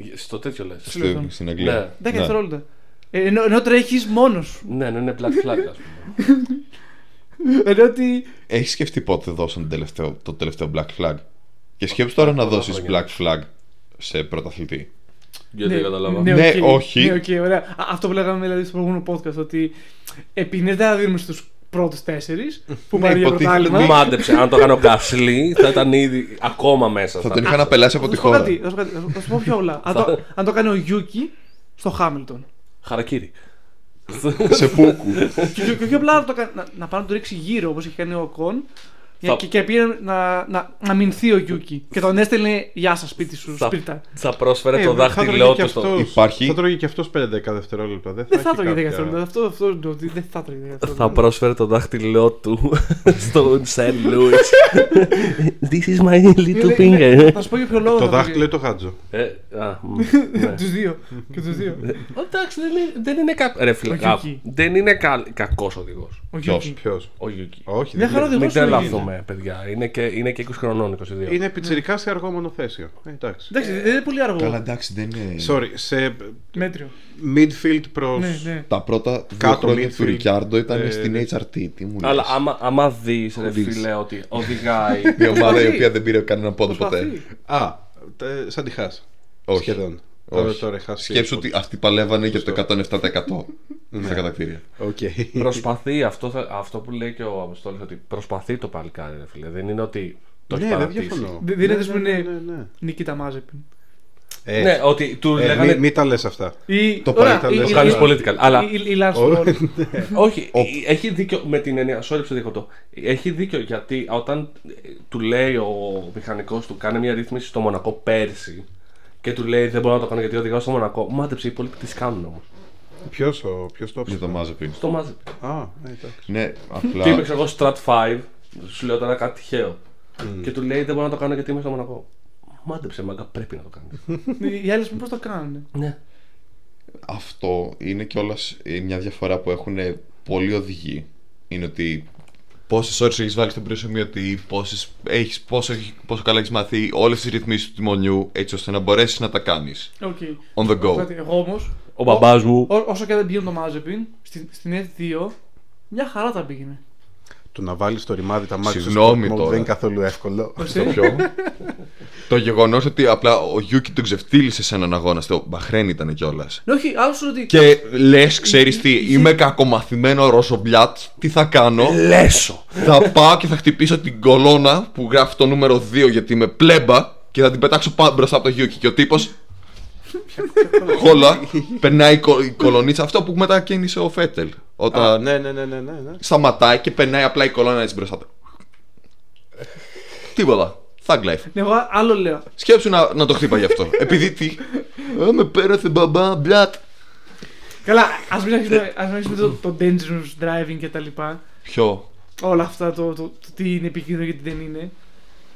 Speaker 1: 10
Speaker 4: Στο τέτοιο λες.
Speaker 3: Στη-
Speaker 1: Λεπτό.
Speaker 3: στην Αγγλία.
Speaker 4: Ναι.
Speaker 3: Ναι.
Speaker 1: δευτερόλεπτα. Ε, ενώ, ενώ τρέχεις μόνος σου.
Speaker 4: Ναι, ναι, ναι, black flag ας πούμε.
Speaker 1: Ενώ ότι.
Speaker 3: Έχεις σκεφτεί πότε δώσαν το τελευταίο, το τελευταίο Black Flag. Και σκέψου τώρα να
Speaker 4: Πολλά
Speaker 3: δώσεις Black
Speaker 4: χρόνια.
Speaker 3: Flag σε πρωταθλητή.
Speaker 4: Γιατί δεν καταλάβα.
Speaker 1: ναι,
Speaker 3: Ναι,
Speaker 1: οκ,
Speaker 3: όχι.
Speaker 1: Ναι, οκ, ωραία. Α, Αυτό που λέγαμε δηλαδή στο προηγούμενο podcast. Ότι επειδή δεν θα δίνουμε στους πρώτου τέσσερις που
Speaker 3: Ναι,
Speaker 1: πάρει το
Speaker 3: υποτίθεται.
Speaker 1: πρωτάθλημα.
Speaker 3: Μα-
Speaker 4: Μάντεψε, αν το κάνω καυσλή θα ήταν ήδη ακόμα μέσα.
Speaker 3: Θα
Speaker 4: στα-
Speaker 3: τον είχαν απελάσει από
Speaker 1: Θα
Speaker 3: τη
Speaker 1: σου πω
Speaker 3: χώρα.
Speaker 1: κάτι, θα σου πω κάτι, θα σου- θα σου πω πιο απλά. αν, το, αν το κάνει ο Γιούκι στο Χάμιλτον.
Speaker 4: Χαρακύρι.
Speaker 3: σε φούκου.
Speaker 1: και, και- και πιο απλά να, το, κα- να, να πάνε να το ρίξει γύρω όπως είχε κάνει ο Κον.
Speaker 4: Θα-
Speaker 1: Και, και πήγε να, να, να μηνθεί ο Γιούκι. Και τον έστελνε γεια σας σπίτι σου,
Speaker 4: Θα-
Speaker 1: σπίρτα.
Speaker 4: Θα πρόσφερε το
Speaker 2: Ε, θα τρώγε
Speaker 4: δάχτυλό
Speaker 2: και
Speaker 4: του στο.
Speaker 2: αυτός-
Speaker 3: Υπάρχει.
Speaker 2: Θα τρώγε και αυτός 5-10 δευτερόλεπτα. Δεν θα,
Speaker 1: Δεν θα
Speaker 2: έχει
Speaker 1: τρώγε 10
Speaker 2: κάποια-
Speaker 1: δευτερόλεπτα. Αυτό, αυτό είναι το ότι δεν θα τρώγε 10
Speaker 4: Θα
Speaker 1: δευτερόλεπτα.
Speaker 4: πρόσφερε το δάχτυλό του στον Σεν Λούις. This is my little
Speaker 1: Είναι- είναι-
Speaker 4: finger.
Speaker 1: Ε, Θα σου πω για ποιο λόγο.
Speaker 2: Το
Speaker 1: θα
Speaker 2: δάχτυλο ή
Speaker 1: τρώγε.
Speaker 2: το χάτζο.
Speaker 4: Ε, α, μ, ναι.
Speaker 1: Τους δύο. Και τους δύο.
Speaker 3: Ε,
Speaker 4: Εντάξει, δεν είναι, δεν είναι κα... Ρε φίλε,
Speaker 1: Ο
Speaker 4: α,
Speaker 1: Yuki.
Speaker 4: δεν είναι κα... κακός οδηγός
Speaker 1: Ο
Speaker 3: Ποιος?
Speaker 1: Γιούκι.
Speaker 2: Ποιος.
Speaker 4: ο Γιούκι.
Speaker 2: Όχι,
Speaker 1: Μια
Speaker 2: δεν
Speaker 1: χαρά
Speaker 2: είναι.
Speaker 1: οδηγός
Speaker 4: Μην
Speaker 1: είναι ο Γιούκι.
Speaker 4: τρελαθούμε, παιδιά. Είναι και, είναι και 20 χρονών, 22.
Speaker 1: Ναι.
Speaker 2: Είναι πιτσιρικά σε αργό μονοθέσιο. Ε, εντάξει.
Speaker 1: Εντάξει, δεν είναι πολύ
Speaker 3: Καλά,
Speaker 1: αργό.
Speaker 3: εντάξει, δεν είναι.
Speaker 2: Sorry, σε
Speaker 1: Μέτριο.
Speaker 2: midfield προς.
Speaker 1: Ναι, ναι.
Speaker 3: Τα πρώτα δύο
Speaker 2: Κάτω
Speaker 3: χρόνια
Speaker 2: midfield.
Speaker 3: του Ρικιάρντο ήταν
Speaker 2: Ε,
Speaker 3: στην
Speaker 2: ναι.
Speaker 3: HRT. Τι μου λες.
Speaker 4: Αλλά άμα, άμα δεις, ρε
Speaker 3: Δεις.
Speaker 4: φίλε, ότι οδηγάει.
Speaker 3: Η ομάδα η
Speaker 1: Προσπαθεί.
Speaker 3: οποία δεν πήρε κανένα πόντο ποτέ.
Speaker 1: Προσπαθεί.
Speaker 2: Α, τε- σαν τη χάς.
Speaker 3: Όχι.
Speaker 2: Σχεδόν. Τώρα,
Speaker 3: Όχι.
Speaker 2: τώρα χάσει.
Speaker 3: Σκέψου ότι αυτοί παλεύανε για το 107% στα κατακτήρια.
Speaker 2: Οκ.
Speaker 4: προσπαθεί αυτό, θα- αυτό που λέει και ο Αποστόλης, ότι προσπαθεί το παλικάρι, ρε φίλε. Δεν είναι ότι το έχει
Speaker 2: Ναι, δεν
Speaker 4: παρατήσει.
Speaker 2: διαφωνώ.
Speaker 1: Δι- δηλαδή,
Speaker 2: Ναι,
Speaker 1: ας πούμε,
Speaker 2: ναι,
Speaker 1: είναι-
Speaker 2: ναι, ναι.
Speaker 1: Νικήτα Μάζεπιν.
Speaker 2: Ε,
Speaker 4: Ναι, ότι του
Speaker 2: ε,
Speaker 4: λέγανε.
Speaker 2: μη- Μη τα λες αυτά.
Speaker 1: Ή-
Speaker 2: Το
Speaker 1: ωραία,
Speaker 2: παρακαλώ.
Speaker 1: ή-
Speaker 2: Το
Speaker 1: ή-
Speaker 4: Κάνεις
Speaker 1: ή-
Speaker 4: political. Αλλά
Speaker 1: ή- ή- ή- Lance
Speaker 2: Ωραία.
Speaker 1: Stroll.
Speaker 4: όχι, έχει δίκιο με την έννοια. Sorry που σε διακοπτώ. Έχει δίκιο γιατί όταν ε, του λέει ο μηχανικός του κάνει μια ρύθμιση στο Μονακό πέρσι και του λέει δεν μπορώ να το κάνω γιατί οδηγάω στο Μονακό. Μάντεψε οι υπόλοιποι τι κάνουν όμως.
Speaker 2: Ποιος ποιος Ναι, το
Speaker 3: Για
Speaker 2: έψαξε.
Speaker 3: το Μάζεπιν.
Speaker 4: Στο μάζεψε.
Speaker 2: Α, ε, εντάξει.
Speaker 3: Ναι,
Speaker 4: Και είπε
Speaker 3: απλά.
Speaker 4: ξέρω εγώ Strat 5, σου λέω τώρα κάτι τυχαίο. Και του λέει δεν μπορώ να το κάνω γιατί είμαι στο Μονακό. Μάντεψε, μάγκα, πρέπει να το κάνεις.
Speaker 1: Οι άλλοι πώς το κάνουν.
Speaker 4: ναι.
Speaker 3: αυτό είναι κιόλας μια διαφορά που έχουν πολλοί οδηγοί. Είναι ότι πόσες ώρες έχεις βάλει στον πρεσομοιωτή, πόσες, έχεις, πόσο, έχει- πόσο καλά έχεις μάθει όλες τις ρυθμίσεις του τιμονιού, έτσι ώστε να μπορέσεις να τα κάνεις.
Speaker 1: Οκ.
Speaker 3: On the go.
Speaker 1: Κάτι, Εγώ όμως,
Speaker 4: Ο μπαμπάς μου.
Speaker 1: όσο και δεν πήγαινε το Μάζεπιν, στην στην F2, μια χαρά τα πήγαινε.
Speaker 2: Το να βάλεις στο ρημάδι τα μάτια σου
Speaker 3: Συγγνώμη
Speaker 2: στο
Speaker 3: τώρα.
Speaker 2: δεν είναι καθόλου εύκολο.
Speaker 1: Εσύ.
Speaker 3: Το ποιο. το γεγονός ότι απλά ο Γιούκι τον ξεφτύλισε σε έναν αγώνα στο Μπαχρέν ήταν κιόλας.
Speaker 1: Ναι, όχι, άλλο σου ότι.
Speaker 3: Και λες, ξέρεις τι, είμαι κακομαθημένο Ρώσομπλιάτ. Τι θα κάνω.
Speaker 4: Λέσο.
Speaker 3: θα πάω και θα χτυπήσω την κολόνα που γράφει το νούμερο 2 γιατί είμαι πλέμπα και θα την πετάξω πά- μπροστά από το Γιούκι. Και ο τύπος. Χόλα, περνάει η, κο- η κολονίτσα. Αυτό που μετά κίνησε ο Φέτελ. Όταν
Speaker 2: Α, ναι, ναι, ναι, ναι, ναι, ναι.
Speaker 3: σταματάει και περνάει απλά η κολόνα έτσι μπροστά του. Τίποτα. Thug life.
Speaker 1: Ναι, εγώ άλλο λέω.
Speaker 3: Σκέψου να, να το χτύπα γι' αυτό. Επειδή τι. «Ε, με πέρασε μπαμπά, μπλατ.
Speaker 1: Καλά, ας μην αρχίσουμε, ας μην αρχίσουμε το, το dangerous driving κτλ.
Speaker 3: Ποιο.
Speaker 1: Όλα αυτά, το, το, το τι είναι επικίνδυνο και τι δεν είναι.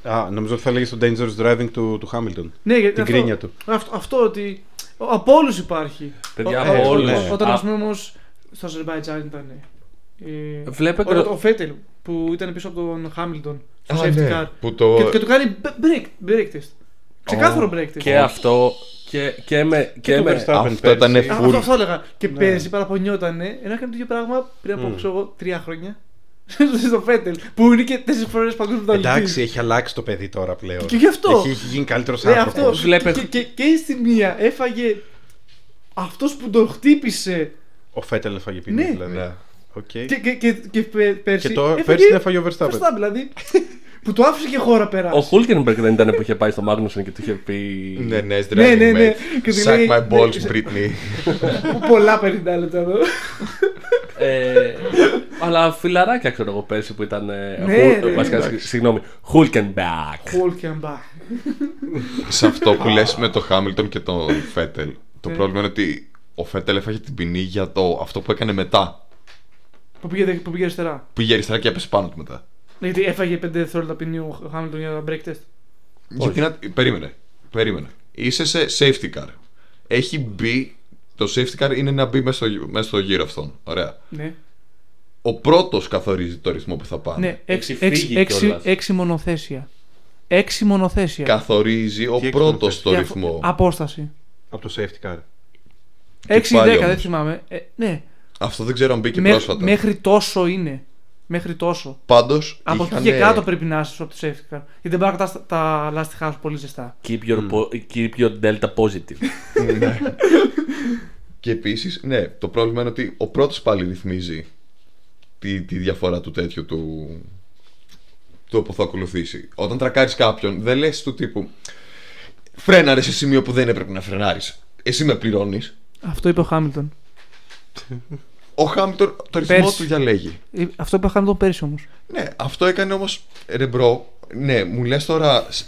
Speaker 2: Α, νομίζω ότι θα λέγε το dangerous driving του, του Hamilton.
Speaker 1: Ναι, γιατί
Speaker 2: Την
Speaker 1: αυτό-
Speaker 2: κρίνια του.
Speaker 1: Αυτό, αυτό ότι. ο- Από όλους υπάρχει.
Speaker 4: Παιδιά,
Speaker 1: Ο-
Speaker 4: από
Speaker 1: ε,
Speaker 4: όλους.
Speaker 1: ό- Όταν
Speaker 4: Α.
Speaker 1: ας πούμε όμως. Στο Αζερβαϊτζάν ήταν. ε,
Speaker 4: Βλέπετε-
Speaker 1: Ο, ο Φέτελ που ήταν πίσω από τον Χάμιλτον. Στο
Speaker 3: Α,
Speaker 1: safety
Speaker 3: ναι,
Speaker 1: car.
Speaker 3: που το-
Speaker 1: Και, και του κάνει break, break test. Ξεκάθαρο break test.
Speaker 4: Και αυτό. Και, και με. Και
Speaker 2: του
Speaker 4: με
Speaker 2: Verstappen
Speaker 3: Αυτό
Speaker 2: πέρσι.
Speaker 3: ήταν
Speaker 1: Α,
Speaker 3: full.
Speaker 1: Αυτό, αυτό έλεγα. Και
Speaker 2: Ναι.
Speaker 1: πέρσι παραπονιότανε, ενώ έκανε το ίδιο πράγμα πριν από ξέρω εγώ, τρία χρόνια. στο Φέτελ, που είναι και τέσσερις φορές παγκόσμιο πρωταθλητή.
Speaker 2: Εντάξει, έχει αλλάξει το παιδί τώρα πλέον.
Speaker 1: Και γι' αυτό.
Speaker 2: Έχει, έχει γίνει καλύτερος
Speaker 1: Ναι,
Speaker 2: άνθρωπο.
Speaker 1: αυτό.
Speaker 4: Βλέπε-
Speaker 1: Και, και, και στη μία έφαγε αυτός που τον χτύπησε.
Speaker 2: Ο Φέτελ έφαγε ποινή,
Speaker 1: Ναι.
Speaker 2: δηλαδή.
Speaker 3: Ναι.
Speaker 2: Οκ.
Speaker 1: Και, και, και, και πε- πέρσι.
Speaker 2: Και το- πέρσι την έφαγε ο Verstappen.
Speaker 1: δηλαδή. που του άφησε και χώρα
Speaker 4: Ο
Speaker 1: περάσει.
Speaker 4: Χούλκενμπεργκ δεν ήταν που είχε πάει στο Μάγνουσον και του είχε πει.
Speaker 3: Ναι, ναι,
Speaker 1: Ναι, ναι, ναι.
Speaker 3: mate.
Speaker 1: Και του
Speaker 3: Suck
Speaker 1: λέει-
Speaker 3: my balls,
Speaker 1: ναι,
Speaker 3: Britney.
Speaker 1: Που πολλά 50 λεπτά εδώ.
Speaker 4: Ε, αλλά φιλαράκια ξέρω εγώ πέρσι που ήταν. ε,
Speaker 1: Ναι,
Speaker 4: Χουλ-
Speaker 1: ναι,
Speaker 4: βασικά,
Speaker 1: εντάξει.
Speaker 4: συ- συγγνώμη. Χούλκενμπεργκ.
Speaker 1: Walk back.
Speaker 3: σε αυτό που λες με το Χάμιλτον και τον Φέτελ. Το
Speaker 1: Ναι.
Speaker 3: πρόβλημα είναι ότι ο Φέτελ έφαγε την ποινή για το, αυτό που έκανε μετά.
Speaker 1: Που πήγε, που πήγε αριστερά.
Speaker 3: Πήγε αριστερά και έπεσε πάνω του μετά.
Speaker 1: Ναι, Γιατί έφαγε 5 δευτερόλεπτα ποινή ο Χάμιλτον για ένα break test.
Speaker 3: Γιατί να... Περίμενε. Περίμενε. Είσαι σε safety car. Έχει μπει. Το safety car είναι να μπει μέσα στο, μέσα στο γύρο αυτόν. Ωραία.
Speaker 1: Ναι.
Speaker 3: Ο πρώτος καθορίζει το ρυθμό που θα πάνε.
Speaker 1: Ναι, έξι,
Speaker 4: Έχει
Speaker 1: έξι,
Speaker 4: φύγει
Speaker 1: έξι,
Speaker 4: κιόλας.
Speaker 1: έξι μονοθέσια. Έξι μονοθέσια.
Speaker 3: Καθορίζει ο
Speaker 2: Τι
Speaker 3: πρώτο
Speaker 2: έξι
Speaker 3: το
Speaker 1: Διαφο-
Speaker 3: ρυθμό.
Speaker 1: Απόσταση.
Speaker 2: Από το safety car.
Speaker 1: Έξι ή
Speaker 3: πάλι
Speaker 1: δέκα, δεν
Speaker 3: όμως.
Speaker 1: θυμάμαι. Ε, ναι.
Speaker 3: Αυτό δεν ξέρω αν μπήκε
Speaker 1: Μέχ-
Speaker 3: πρόσφατα.
Speaker 1: μέχρι τόσο είναι. Μέχρι τόσο.
Speaker 3: Πάντως.
Speaker 1: Από εκεί και κάτω πρέπει να είσαι από το safety car. Γιατί δεν μπορεί να κρατά τα λάστιχά σου πολύ ζεστά.
Speaker 4: Keep your, po- keep your delta positive.
Speaker 3: Και επίσης, ναι, το πρόβλημα είναι ότι ο πρώτος πάλι ρυθμίζει τη, τη διαφορά του τέτοιου του, του που θα ακολουθήσει. Όταν τρακάρεις κάποιον, δεν λες του τύπου φρέναρες σε σημείο που δεν έπρεπε να φρενάρεις. Εσύ με πληρώνεις.
Speaker 1: Αυτό είπε ο Χάμιλτον.
Speaker 3: Ο Χάμιλτον το ρυθμό
Speaker 1: Πέρσι.
Speaker 3: του διαλέγει.
Speaker 1: Ε, Αυτό είπε ο Χάμιλτον πέρυσι όμως.
Speaker 3: Ναι, αυτό έκανε όμως ρεμπρό. Ναι, μου λες τώρα σ-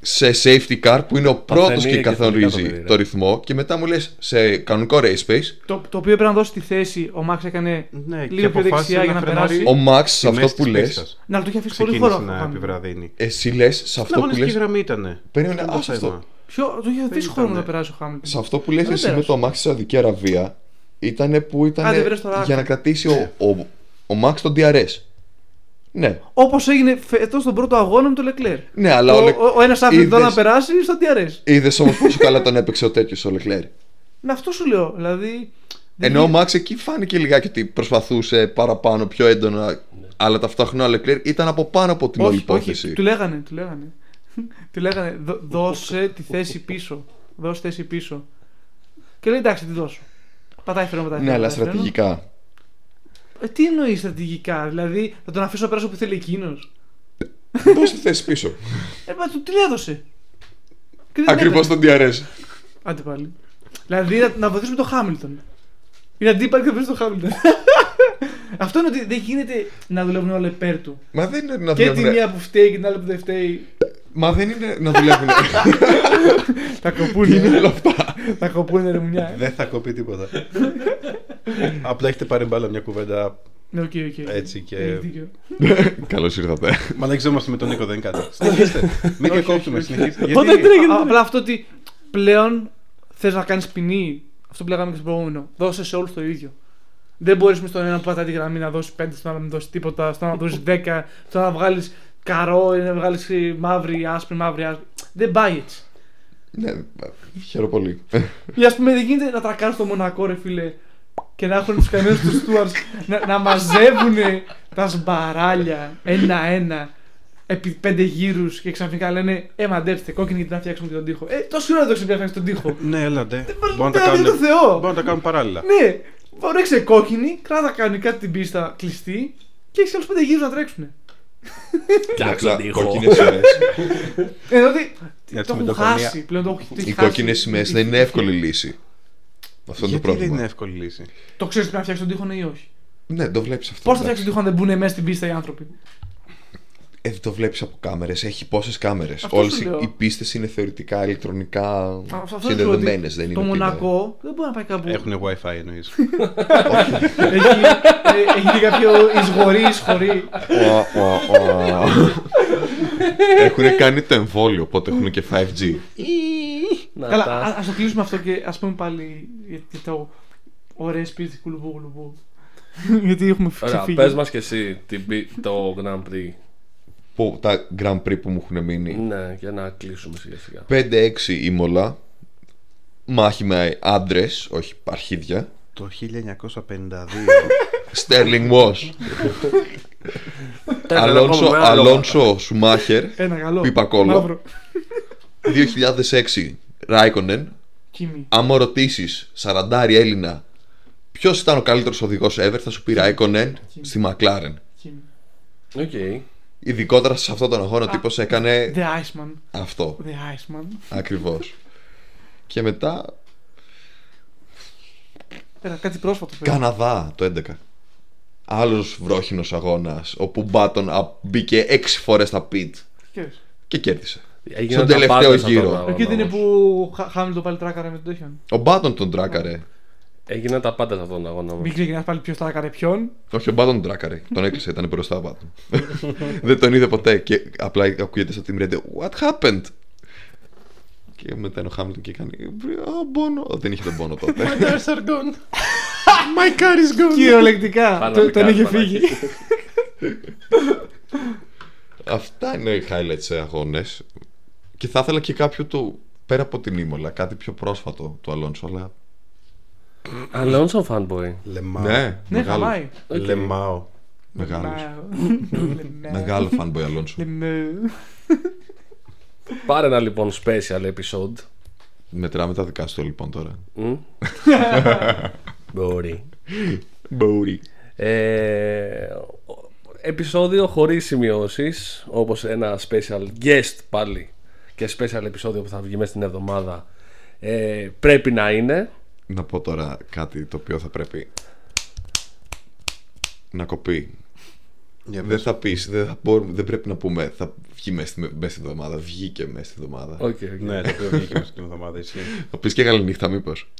Speaker 3: σε safety car που είναι ο πρώτο
Speaker 4: Παθενή
Speaker 3: και
Speaker 4: και
Speaker 3: καθορίζει
Speaker 4: τελικά το παιδί, ρε.
Speaker 3: το ρυθμό και μετά μου λες σε κανονικό race pace
Speaker 1: Το, το οποίο πρέπει να δώσει τη θέση. Ο Μάξ έκανε
Speaker 2: Ναι, και
Speaker 1: λίγο πιο
Speaker 2: αποφάσισε
Speaker 1: δεξιά
Speaker 2: να
Speaker 1: για να
Speaker 2: φρενάρει.
Speaker 1: περάσει.
Speaker 3: Ο Max σε
Speaker 2: Στη
Speaker 3: αυτό
Speaker 2: μέση
Speaker 3: που
Speaker 2: της
Speaker 3: λες.
Speaker 2: πίστας.
Speaker 1: Να του είχε αφήσει πολύ
Speaker 2: Ξεκίνησε
Speaker 1: χρόνο. ο
Speaker 2: να
Speaker 1: Χάμιλτον.
Speaker 2: επιβραδύνει.
Speaker 3: Εσύ λες σε
Speaker 2: Στην
Speaker 3: αυτό που
Speaker 2: αγωνιστική
Speaker 3: λες
Speaker 2: γραμμή ήταν.
Speaker 3: Περίμενε,
Speaker 2: Ήταν το
Speaker 3: άσε αυτό.
Speaker 2: θέμα.
Speaker 1: Ποιο, του είχε αφήσει
Speaker 2: Δεν
Speaker 1: χρόνο
Speaker 2: ήταν,
Speaker 1: να
Speaker 2: ναι.
Speaker 1: περάσει ο Χάμιλτον.
Speaker 3: Σε αυτό που λες
Speaker 1: Δεν
Speaker 3: εσύ με
Speaker 1: πέρασε.
Speaker 3: το Max στη Σαουδική Αραβία ήταν που
Speaker 1: Άντε,
Speaker 3: ήταν
Speaker 1: βρες τώρα.
Speaker 3: για να κρατήσει ο, ο, ο Max τον DRS. Ναι,
Speaker 1: Όπως έγινε φέτος στον πρώτο αγώνα με τον Λεκλέρ.
Speaker 3: ναι, αλλά
Speaker 1: ο,
Speaker 3: ο, Λε-
Speaker 1: ο, ο ένας άφησε τον να
Speaker 3: είδες-
Speaker 1: περάσει στο DRS.
Speaker 3: Είδες όμως πόσο καλά τον έπαιξε ο τέτοιος ο Λεκλέρ.
Speaker 1: Ναι, αυτό σου λέω. Δηλαδή. δεν
Speaker 3: Ενώ ο
Speaker 1: είναι-
Speaker 3: Max εκεί φάνηκε λιγάκι ότι προσπαθούσε παραπάνω, πιο έντονα. Αλλά ταυτόχρονα ο Λεκλέρ ήταν από πάνω από την όλη
Speaker 1: όχι,
Speaker 3: υπόθεση.
Speaker 1: όχι, του λέγανε, του λέγανε. του λέγανε, «Δώ- δώσε τη θέση πίσω. Δώσε θέση πίσω. Και λέει εντάξει, τη δώσω. Πατάει φρένο, πατάει
Speaker 3: Ναι,
Speaker 1: φρένο,
Speaker 3: αλλά
Speaker 1: πατάει φρένο.
Speaker 3: στρατηγικά.
Speaker 1: Ε, τι εννοείς στρατηγικά, δηλαδή θα τον αφήσω να περάσει όπου θέλει εκείνος.
Speaker 3: Δώσε τη θέση πίσω.
Speaker 1: Ε, μα του την έδωσε. Και δεν
Speaker 3: Ακριβώς
Speaker 1: έκανε.
Speaker 3: τον DRS.
Speaker 1: Άντε πάλι. Δηλαδή να, να βοηθήσουμε τον Χάμιλτον. Η αντίπαλη θα βρει τον Χάμιλτον. Αυτό είναι ότι δεν γίνεται να δουλεύουν όλα υπέρ του.
Speaker 3: Μα δεν είναι να
Speaker 1: Και τη
Speaker 3: δουλεύουν.
Speaker 1: μία που φταίει και την άλλη που δεν φταίει.
Speaker 3: Μα δεν είναι να δουλεύουν.
Speaker 1: Τα
Speaker 3: Τι είναι όλα
Speaker 1: κοπούνε.
Speaker 3: αυτά.
Speaker 1: τα κοπούνε ρε μουνιά.
Speaker 2: Δεν θα κοπεί τίποτα. Απλά έχετε πάρει μπάλα μια κουβέντα.
Speaker 1: Ναι, οκ, οκ.
Speaker 2: Έτσι και-
Speaker 1: Έχει δίκιο.
Speaker 3: Καλώς ήρθατε.
Speaker 2: Μα δεν ξέρουμε με τον Νίκο, δεν είναι κάτι. Συνεχίστε. Μην
Speaker 1: Όχι,
Speaker 2: και κόψουμε,
Speaker 1: όχι, όχι.
Speaker 2: συνεχίστε.
Speaker 4: Μα δεν
Speaker 2: Γιατί-
Speaker 1: Α, Απλά αυτό ότι πλέον θες να κάνεις ποινή. Αυτό που λέγαμε και στο προηγούμενο. Δώσε σε όλους το ίδιο. Δεν μπορείς με στον ένα που πατάει τη γραμμή να δώσεις 5, στον άλλο να μην δώσεις τίποτα, στον άλλο να δώσεις 10, στον άλλο να βγάλεις καρό, ή να βγάλεις μαύρη, άσπρη, μαύρη, άσπρη. Δεν πάει έτσι.
Speaker 3: Ναι, χαίρομαι πολύ.
Speaker 1: Ή ας πούμε δεν γίνεται να τρακάρει το μονακό, ρε φίλε. και να έχουν τους καμιόνε του Στούαρτ να, να μαζεύουν τα σμπαράλια ένα-ένα επί πέντε γύρους και ξαφνικά λένε Ε, μαντέψτε, κόκκινη γιατί να φτιάξουμε και τον τοίχο. Ε, τόση ώρα το ξεπιάχνει τον τοίχο.
Speaker 2: Ναι, έλατε.
Speaker 1: μπορεί
Speaker 2: Μπορούν να τα
Speaker 1: να
Speaker 2: κάνουν.
Speaker 1: είναι το Θεό.
Speaker 2: Μπορούν να τα κάνουν παράλληλα.
Speaker 1: ναι, φορέξε κόκκινη, κράτα κανονικά την πίστα κλειστή και έχει άλλου πέντε γύρους να τρέξουν.
Speaker 4: Φτιάξε τον ήχο.
Speaker 3: κόκκινες σημαίες.
Speaker 1: Ενώ ότι
Speaker 2: Για
Speaker 1: Ε, δηλαδή, το
Speaker 2: τη
Speaker 1: έχουν
Speaker 2: μυτοχονία.
Speaker 1: χάσει πλέον. Το έχουν το έχει
Speaker 3: Οι
Speaker 1: χάσει.
Speaker 3: κόκκινες σημαίες δεν είναι εύκολη λύση. Αυτό είναι το
Speaker 2: Γιατί δεν
Speaker 3: πρόβλημα.
Speaker 2: είναι εύκολη λύση.
Speaker 1: Το ξέρεις πρέπει να φτιάξεις τον τοίχο ναι ή όχι.
Speaker 3: Ναι, το βλέπεις αυτό.
Speaker 1: Πώς θα φτιάξει
Speaker 3: εντάξει.
Speaker 1: τον τοίχο αν δεν μπουν μέσα στην πίστα οι άνθρωποι.
Speaker 3: Ε, δεν το βλέπεις από κάμερες. Έχει πόσες κάμερες.
Speaker 1: Αυτό
Speaker 3: Όλες
Speaker 1: σου
Speaker 3: οι,
Speaker 1: λέω.
Speaker 3: οι πίστες είναι θεωρητικά ηλεκτρονικά
Speaker 1: Α, αυτό είναι το ότι
Speaker 3: συνδεδεμένε. Δεν είναι
Speaker 1: Το
Speaker 3: ότι είναι-
Speaker 1: Μονακό δεν μπορεί να πάει κάπου.
Speaker 2: Έχουν WiFi εννοεί.
Speaker 1: Έχει, ε, έχει και κάποιο εισγορή, εισχωρή.
Speaker 3: έχουν κάνει το εμβόλιο, οπότε έχουν και 5G.
Speaker 4: Να
Speaker 1: Καλά,
Speaker 4: τα-
Speaker 1: α ας το κλείσουμε αυτό και ας πούμε πάλι για το ωραίες πίστε κουλουμπού κουλουμπού. Γιατί έχουμε
Speaker 4: Ωραία,
Speaker 1: ξεφύγει.
Speaker 4: πες μας και εσύ την πι- το Grand Prix.
Speaker 3: Που, τα Grand Prix που μου έχουν μείνει.
Speaker 4: Ναι, για να κλείσουμε σιγά σιγά.
Speaker 3: 5-6 ήμολα. Μάχη με άντρες, όχι αρχίδια.
Speaker 2: Το 1952.
Speaker 3: Στέρλινγκ Moss. Αλόνσο, Αλόνσο Σουμάχερ.
Speaker 1: Ένα καλό.
Speaker 3: Πίπα κόλλο.
Speaker 1: Μαύρο.
Speaker 3: 2006 Ράικονεν.
Speaker 1: Κίμη.
Speaker 3: Αν μου ρωτήσεις, σαραντάρι Έλληνα, ποιος ήταν ο καλύτερος οδηγός ever, θα σου πει Ράικονεν στη Μακλάρεν.
Speaker 1: Κίμη.
Speaker 4: Οκ.
Speaker 3: Ειδικότερα σε αυτόν τον αγώνα, ο τύπος έκανε
Speaker 1: The Iceman.
Speaker 3: αυτό.
Speaker 1: The Iceman.
Speaker 3: Ακριβώς. Και μετά
Speaker 1: Πέρα, κάτι πρόσφατο. πέρα.
Speaker 3: Καναδά το 11. Άλλος βρόχινος αγώνας όπου Μπάτον α, μπήκε 6 φορές στα πιτ
Speaker 1: Ξέρεις.
Speaker 3: και κέρδισε. Στον
Speaker 4: Έγιναν τα
Speaker 3: τελευταίο
Speaker 4: πάντα σε αυτόν
Speaker 3: γύρο.
Speaker 4: τον αγώνα,
Speaker 1: Εκεί είναι
Speaker 4: όμως.
Speaker 1: που χα- Χάμιλτον πάλι τράκαρε με τον Τέχιον.
Speaker 3: Ο Μπάτον τον τράκαρε.
Speaker 4: Έγιναν τα πάντα σε αυτόν τον αγώνα. όμως.
Speaker 1: Μην ξεκινάς πάλι ποιος τράκαρε ποιον.
Speaker 3: Όχι, ο Μπάτον τον τράκαρε. Τον έκλεισε, ήταν μπροστά ο Μπάτον. Δεν τον είδε ποτέ και απλά ακούγεται στο Team Radio What happened? Και μετά είναι ο Χάμιλτον και κάνει Α, Μπόνο. Ω, Δεν είχε τον Μπόνο τότε.
Speaker 2: My car is gone.
Speaker 1: Κυριολεκτικά. Το-
Speaker 4: Παναμικά,
Speaker 1: Τον είχε
Speaker 4: πανάκι.
Speaker 1: φύγει.
Speaker 3: Αυτά είναι οι highlights σε αγώνες. Και θα ήθελα και κάποιο του πέρα από την Ήμολα, κάτι πιο πρόσφατο του Αλόνσο, αλλά.
Speaker 4: Αλόνσο fanboy.
Speaker 2: Λεμάω.
Speaker 3: Ναι,
Speaker 1: Ναι,
Speaker 3: μεγάλος.
Speaker 1: χαμάει.
Speaker 2: Λεμάω.
Speaker 3: Μεγάλος.
Speaker 1: Λεμέ.
Speaker 3: Μεγάλο fanboy Αλόνσο.
Speaker 1: Λεμέ.
Speaker 4: Πάρε ένα λοιπόν special episode.
Speaker 3: Μετράμε τα δικά σου το, λοιπόν τώρα.
Speaker 4: Μμ. Μπορεί.
Speaker 3: Μπορεί.
Speaker 4: Ε, ο- επεισόδιο χωρίς σημειώσεις όπως ένα special guest πάλι και special επεισόδιο που θα βγει μέσα στην εβδομάδα ε, πρέπει να είναι
Speaker 3: Να πω τώρα κάτι το οποίο θα πρέπει να κοπεί.
Speaker 2: Για
Speaker 3: Δεν
Speaker 2: πες.
Speaker 3: θα πεις, δεν, θα μπορούμε, δεν πρέπει να πούμε θα βγει μέσα στη, μέσα στη εβδομάδα, βγήκε μέσα στη εβδομάδα.
Speaker 4: Οκ, οκ.
Speaker 2: Ναι, το οποίο βγήκε μέσα την εβδομάδα, ισχύει.
Speaker 3: Θα πεις και καλή νύχτα μήπως.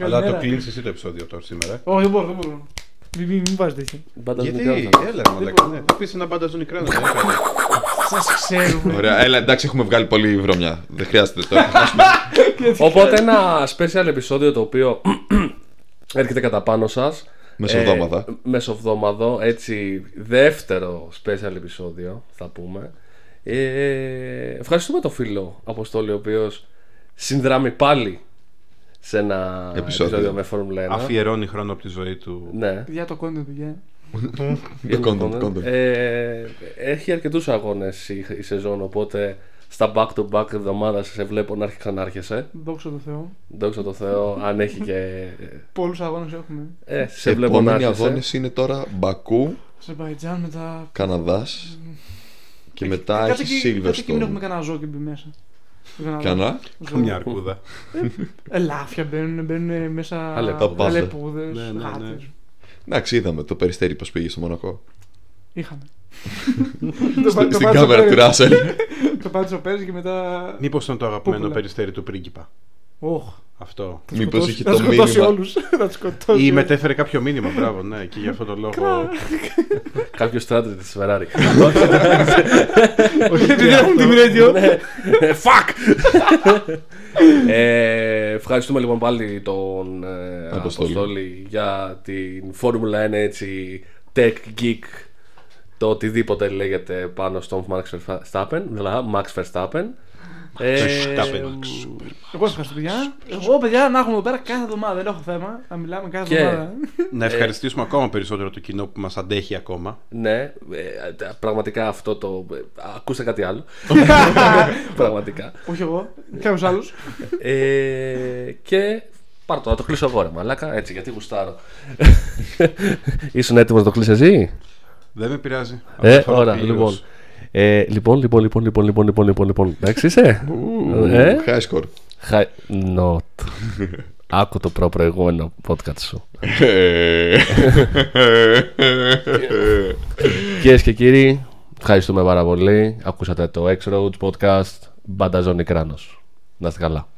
Speaker 2: Αλλά το
Speaker 1: Καλημέρα.
Speaker 2: κλείνεις εσύ το επεισόδιο τώρα σήμερα.
Speaker 1: Όχι, δεν μπορώ, δεν μπορώ. Μην μη, μη βάζετε έτσι.
Speaker 4: Μπάντα
Speaker 2: Γιατί,
Speaker 4: μικρόφωνα.
Speaker 2: έλα ρε
Speaker 4: Λοιπόν.
Speaker 2: μαλάκα, ναι. Θα πεις ένα μπανταζούνι κράνο. δεν έκανε.
Speaker 1: Σας ξέρουμε.
Speaker 3: Ωραία, έλα εντάξει έχουμε βγάλει πολύ βρωμιά. Δεν χρειάζεται τώρα.
Speaker 4: Οπότε ένα special επεισόδιο το οποίο έρχεται κατά πάνω σας
Speaker 3: Μεσοβδόμαδα.
Speaker 4: Ε, μεσοβδόμαδο, έτσι δεύτερο special επεισόδιο θα πούμε. Ε, ευχαριστούμε τον φίλο Αποστόλη ο οποίος συνδράμει πάλι σε ένα
Speaker 3: Επεισόδιο.
Speaker 4: επεισόδιο, με Φόρμουλα 1.
Speaker 2: Αφιερώνει χρόνο από τη ζωή του.
Speaker 4: Ναι.
Speaker 1: Παιδιά το content, παιδιά.
Speaker 3: Το content, content.
Speaker 4: Ε, έχει αρκετούς αγώνες η, η σεζόν οπότε στα back-to-back εβδομάδα σε βλέπω να ξανάρχεσαι.
Speaker 1: Δόξα τω Θεώ.
Speaker 4: Δόξα τω Θεώ, αν έχει και...
Speaker 1: Πολλούς αγώνες έχουμε.
Speaker 4: Ε, σε βλέπω να
Speaker 3: Επόμενοι
Speaker 4: έρχεσαι.
Speaker 3: αγώνες είναι τώρα Μπακού,
Speaker 1: Αζερβαϊτζάν μετά.
Speaker 3: Καναδάς και μετά
Speaker 1: Ε, Κάτσε
Speaker 3: έχει
Speaker 1: και- Κάτσε και μην έχουμε
Speaker 3: Silverstone.
Speaker 1: κανένα ζόκιμπι μέσα. Δεν κάνω ζόκιμπι.
Speaker 3: Κανά.
Speaker 1: Ζόκιμπι.
Speaker 2: Καμιά αρκούδα.
Speaker 1: Ε, Λάφια μπαίνουν, μπαίνουν μέσα.
Speaker 4: Αλεπούδες.
Speaker 2: Ναι,
Speaker 1: Αλεπούδες.
Speaker 2: ναι, ναι.
Speaker 3: Εντάξει, είδαμε το περιστέρι πώς πήγε στο Μονακό.
Speaker 1: Είχαμε.
Speaker 3: Στη- Στην κάμερα του
Speaker 1: Ε?
Speaker 3: Ράσελ.
Speaker 1: Το πάτησε ο Πέρι και μετά.
Speaker 2: Μήπως ήταν το
Speaker 4: ναι.
Speaker 2: αγαπημένο
Speaker 1: Πούπουλα.
Speaker 2: περιστέρι του πρίγκιπα.
Speaker 1: Οχ.
Speaker 2: Αυτό.
Speaker 3: Μήπω είχε
Speaker 1: Θα
Speaker 3: το
Speaker 1: σκοτώσει
Speaker 3: μήνυμα.
Speaker 1: όλους. Θα τους σκοτώσει.
Speaker 4: ναι.
Speaker 2: Ή μετέφερε κάποιο μήνυμα, μπράβο, ναι, και γι' αυτό το λόγο.
Speaker 4: Κάποιο στράτηγο ε. τη Ferrari. ναι.
Speaker 1: Όχι, επειδή έχουν την radio.
Speaker 4: Ε, Fuck! Ε, ευχαριστούμε λοιπόν πάλι τον ε,
Speaker 3: Αποστόλη.
Speaker 4: Αποστόλη για την Φόρμουλα 1 έτσι tech geek το οτιδήποτε λέγεται πάνω στον Max Verstappen, δηλαδή Max Verstappen. Ε,
Speaker 2: Supermax.
Speaker 1: Εγώ σας ευχαριστώ, παιδιά. Εγώ, παιδιά, να έχουμε εδώ πέρα κάθε εβδομάδα. Δεν έχω θέμα. Να μιλάμε κάθε
Speaker 4: Και-
Speaker 1: εβδομάδα.
Speaker 2: Να ευχαριστήσουμε ακόμα περισσότερο το κοινό που μας αντέχει ακόμα.
Speaker 4: Ναι, ε, τα- πραγματικά αυτό το. ε, Ακούστε κάτι άλλο. πραγματικά.
Speaker 1: Όχι εγώ. Κάποιο άλλο.
Speaker 4: Ε, και πάρ' το, να το κλείσω εγώ, ρε Μαλάκα. Έτσι, γιατί γουστάρω. Ήσουν έτοιμος να το κλείσει εσύ.
Speaker 2: Δεν με πειράζει.
Speaker 4: Ε,
Speaker 2: Αυτό θα
Speaker 4: ωραία,
Speaker 2: πλήρως.
Speaker 4: λοιπόν. Ε, λοιπόν, λοιπόν, λοιπόν, λοιπόν, λοιπόν, λοιπόν, λοιπόν, λοιπόν. Εντάξει είσαι. Ε,
Speaker 3: High score.
Speaker 4: χα- Not. Άκου το προ προηγούμενο podcast σου.
Speaker 1: Ε.
Speaker 4: Κυρίες και κύριοι, ευχαριστούμε πάρα πολύ. Ακούσατε το X-Roads podcast. Μπανταζόνι Κράνος. Να είστε καλά.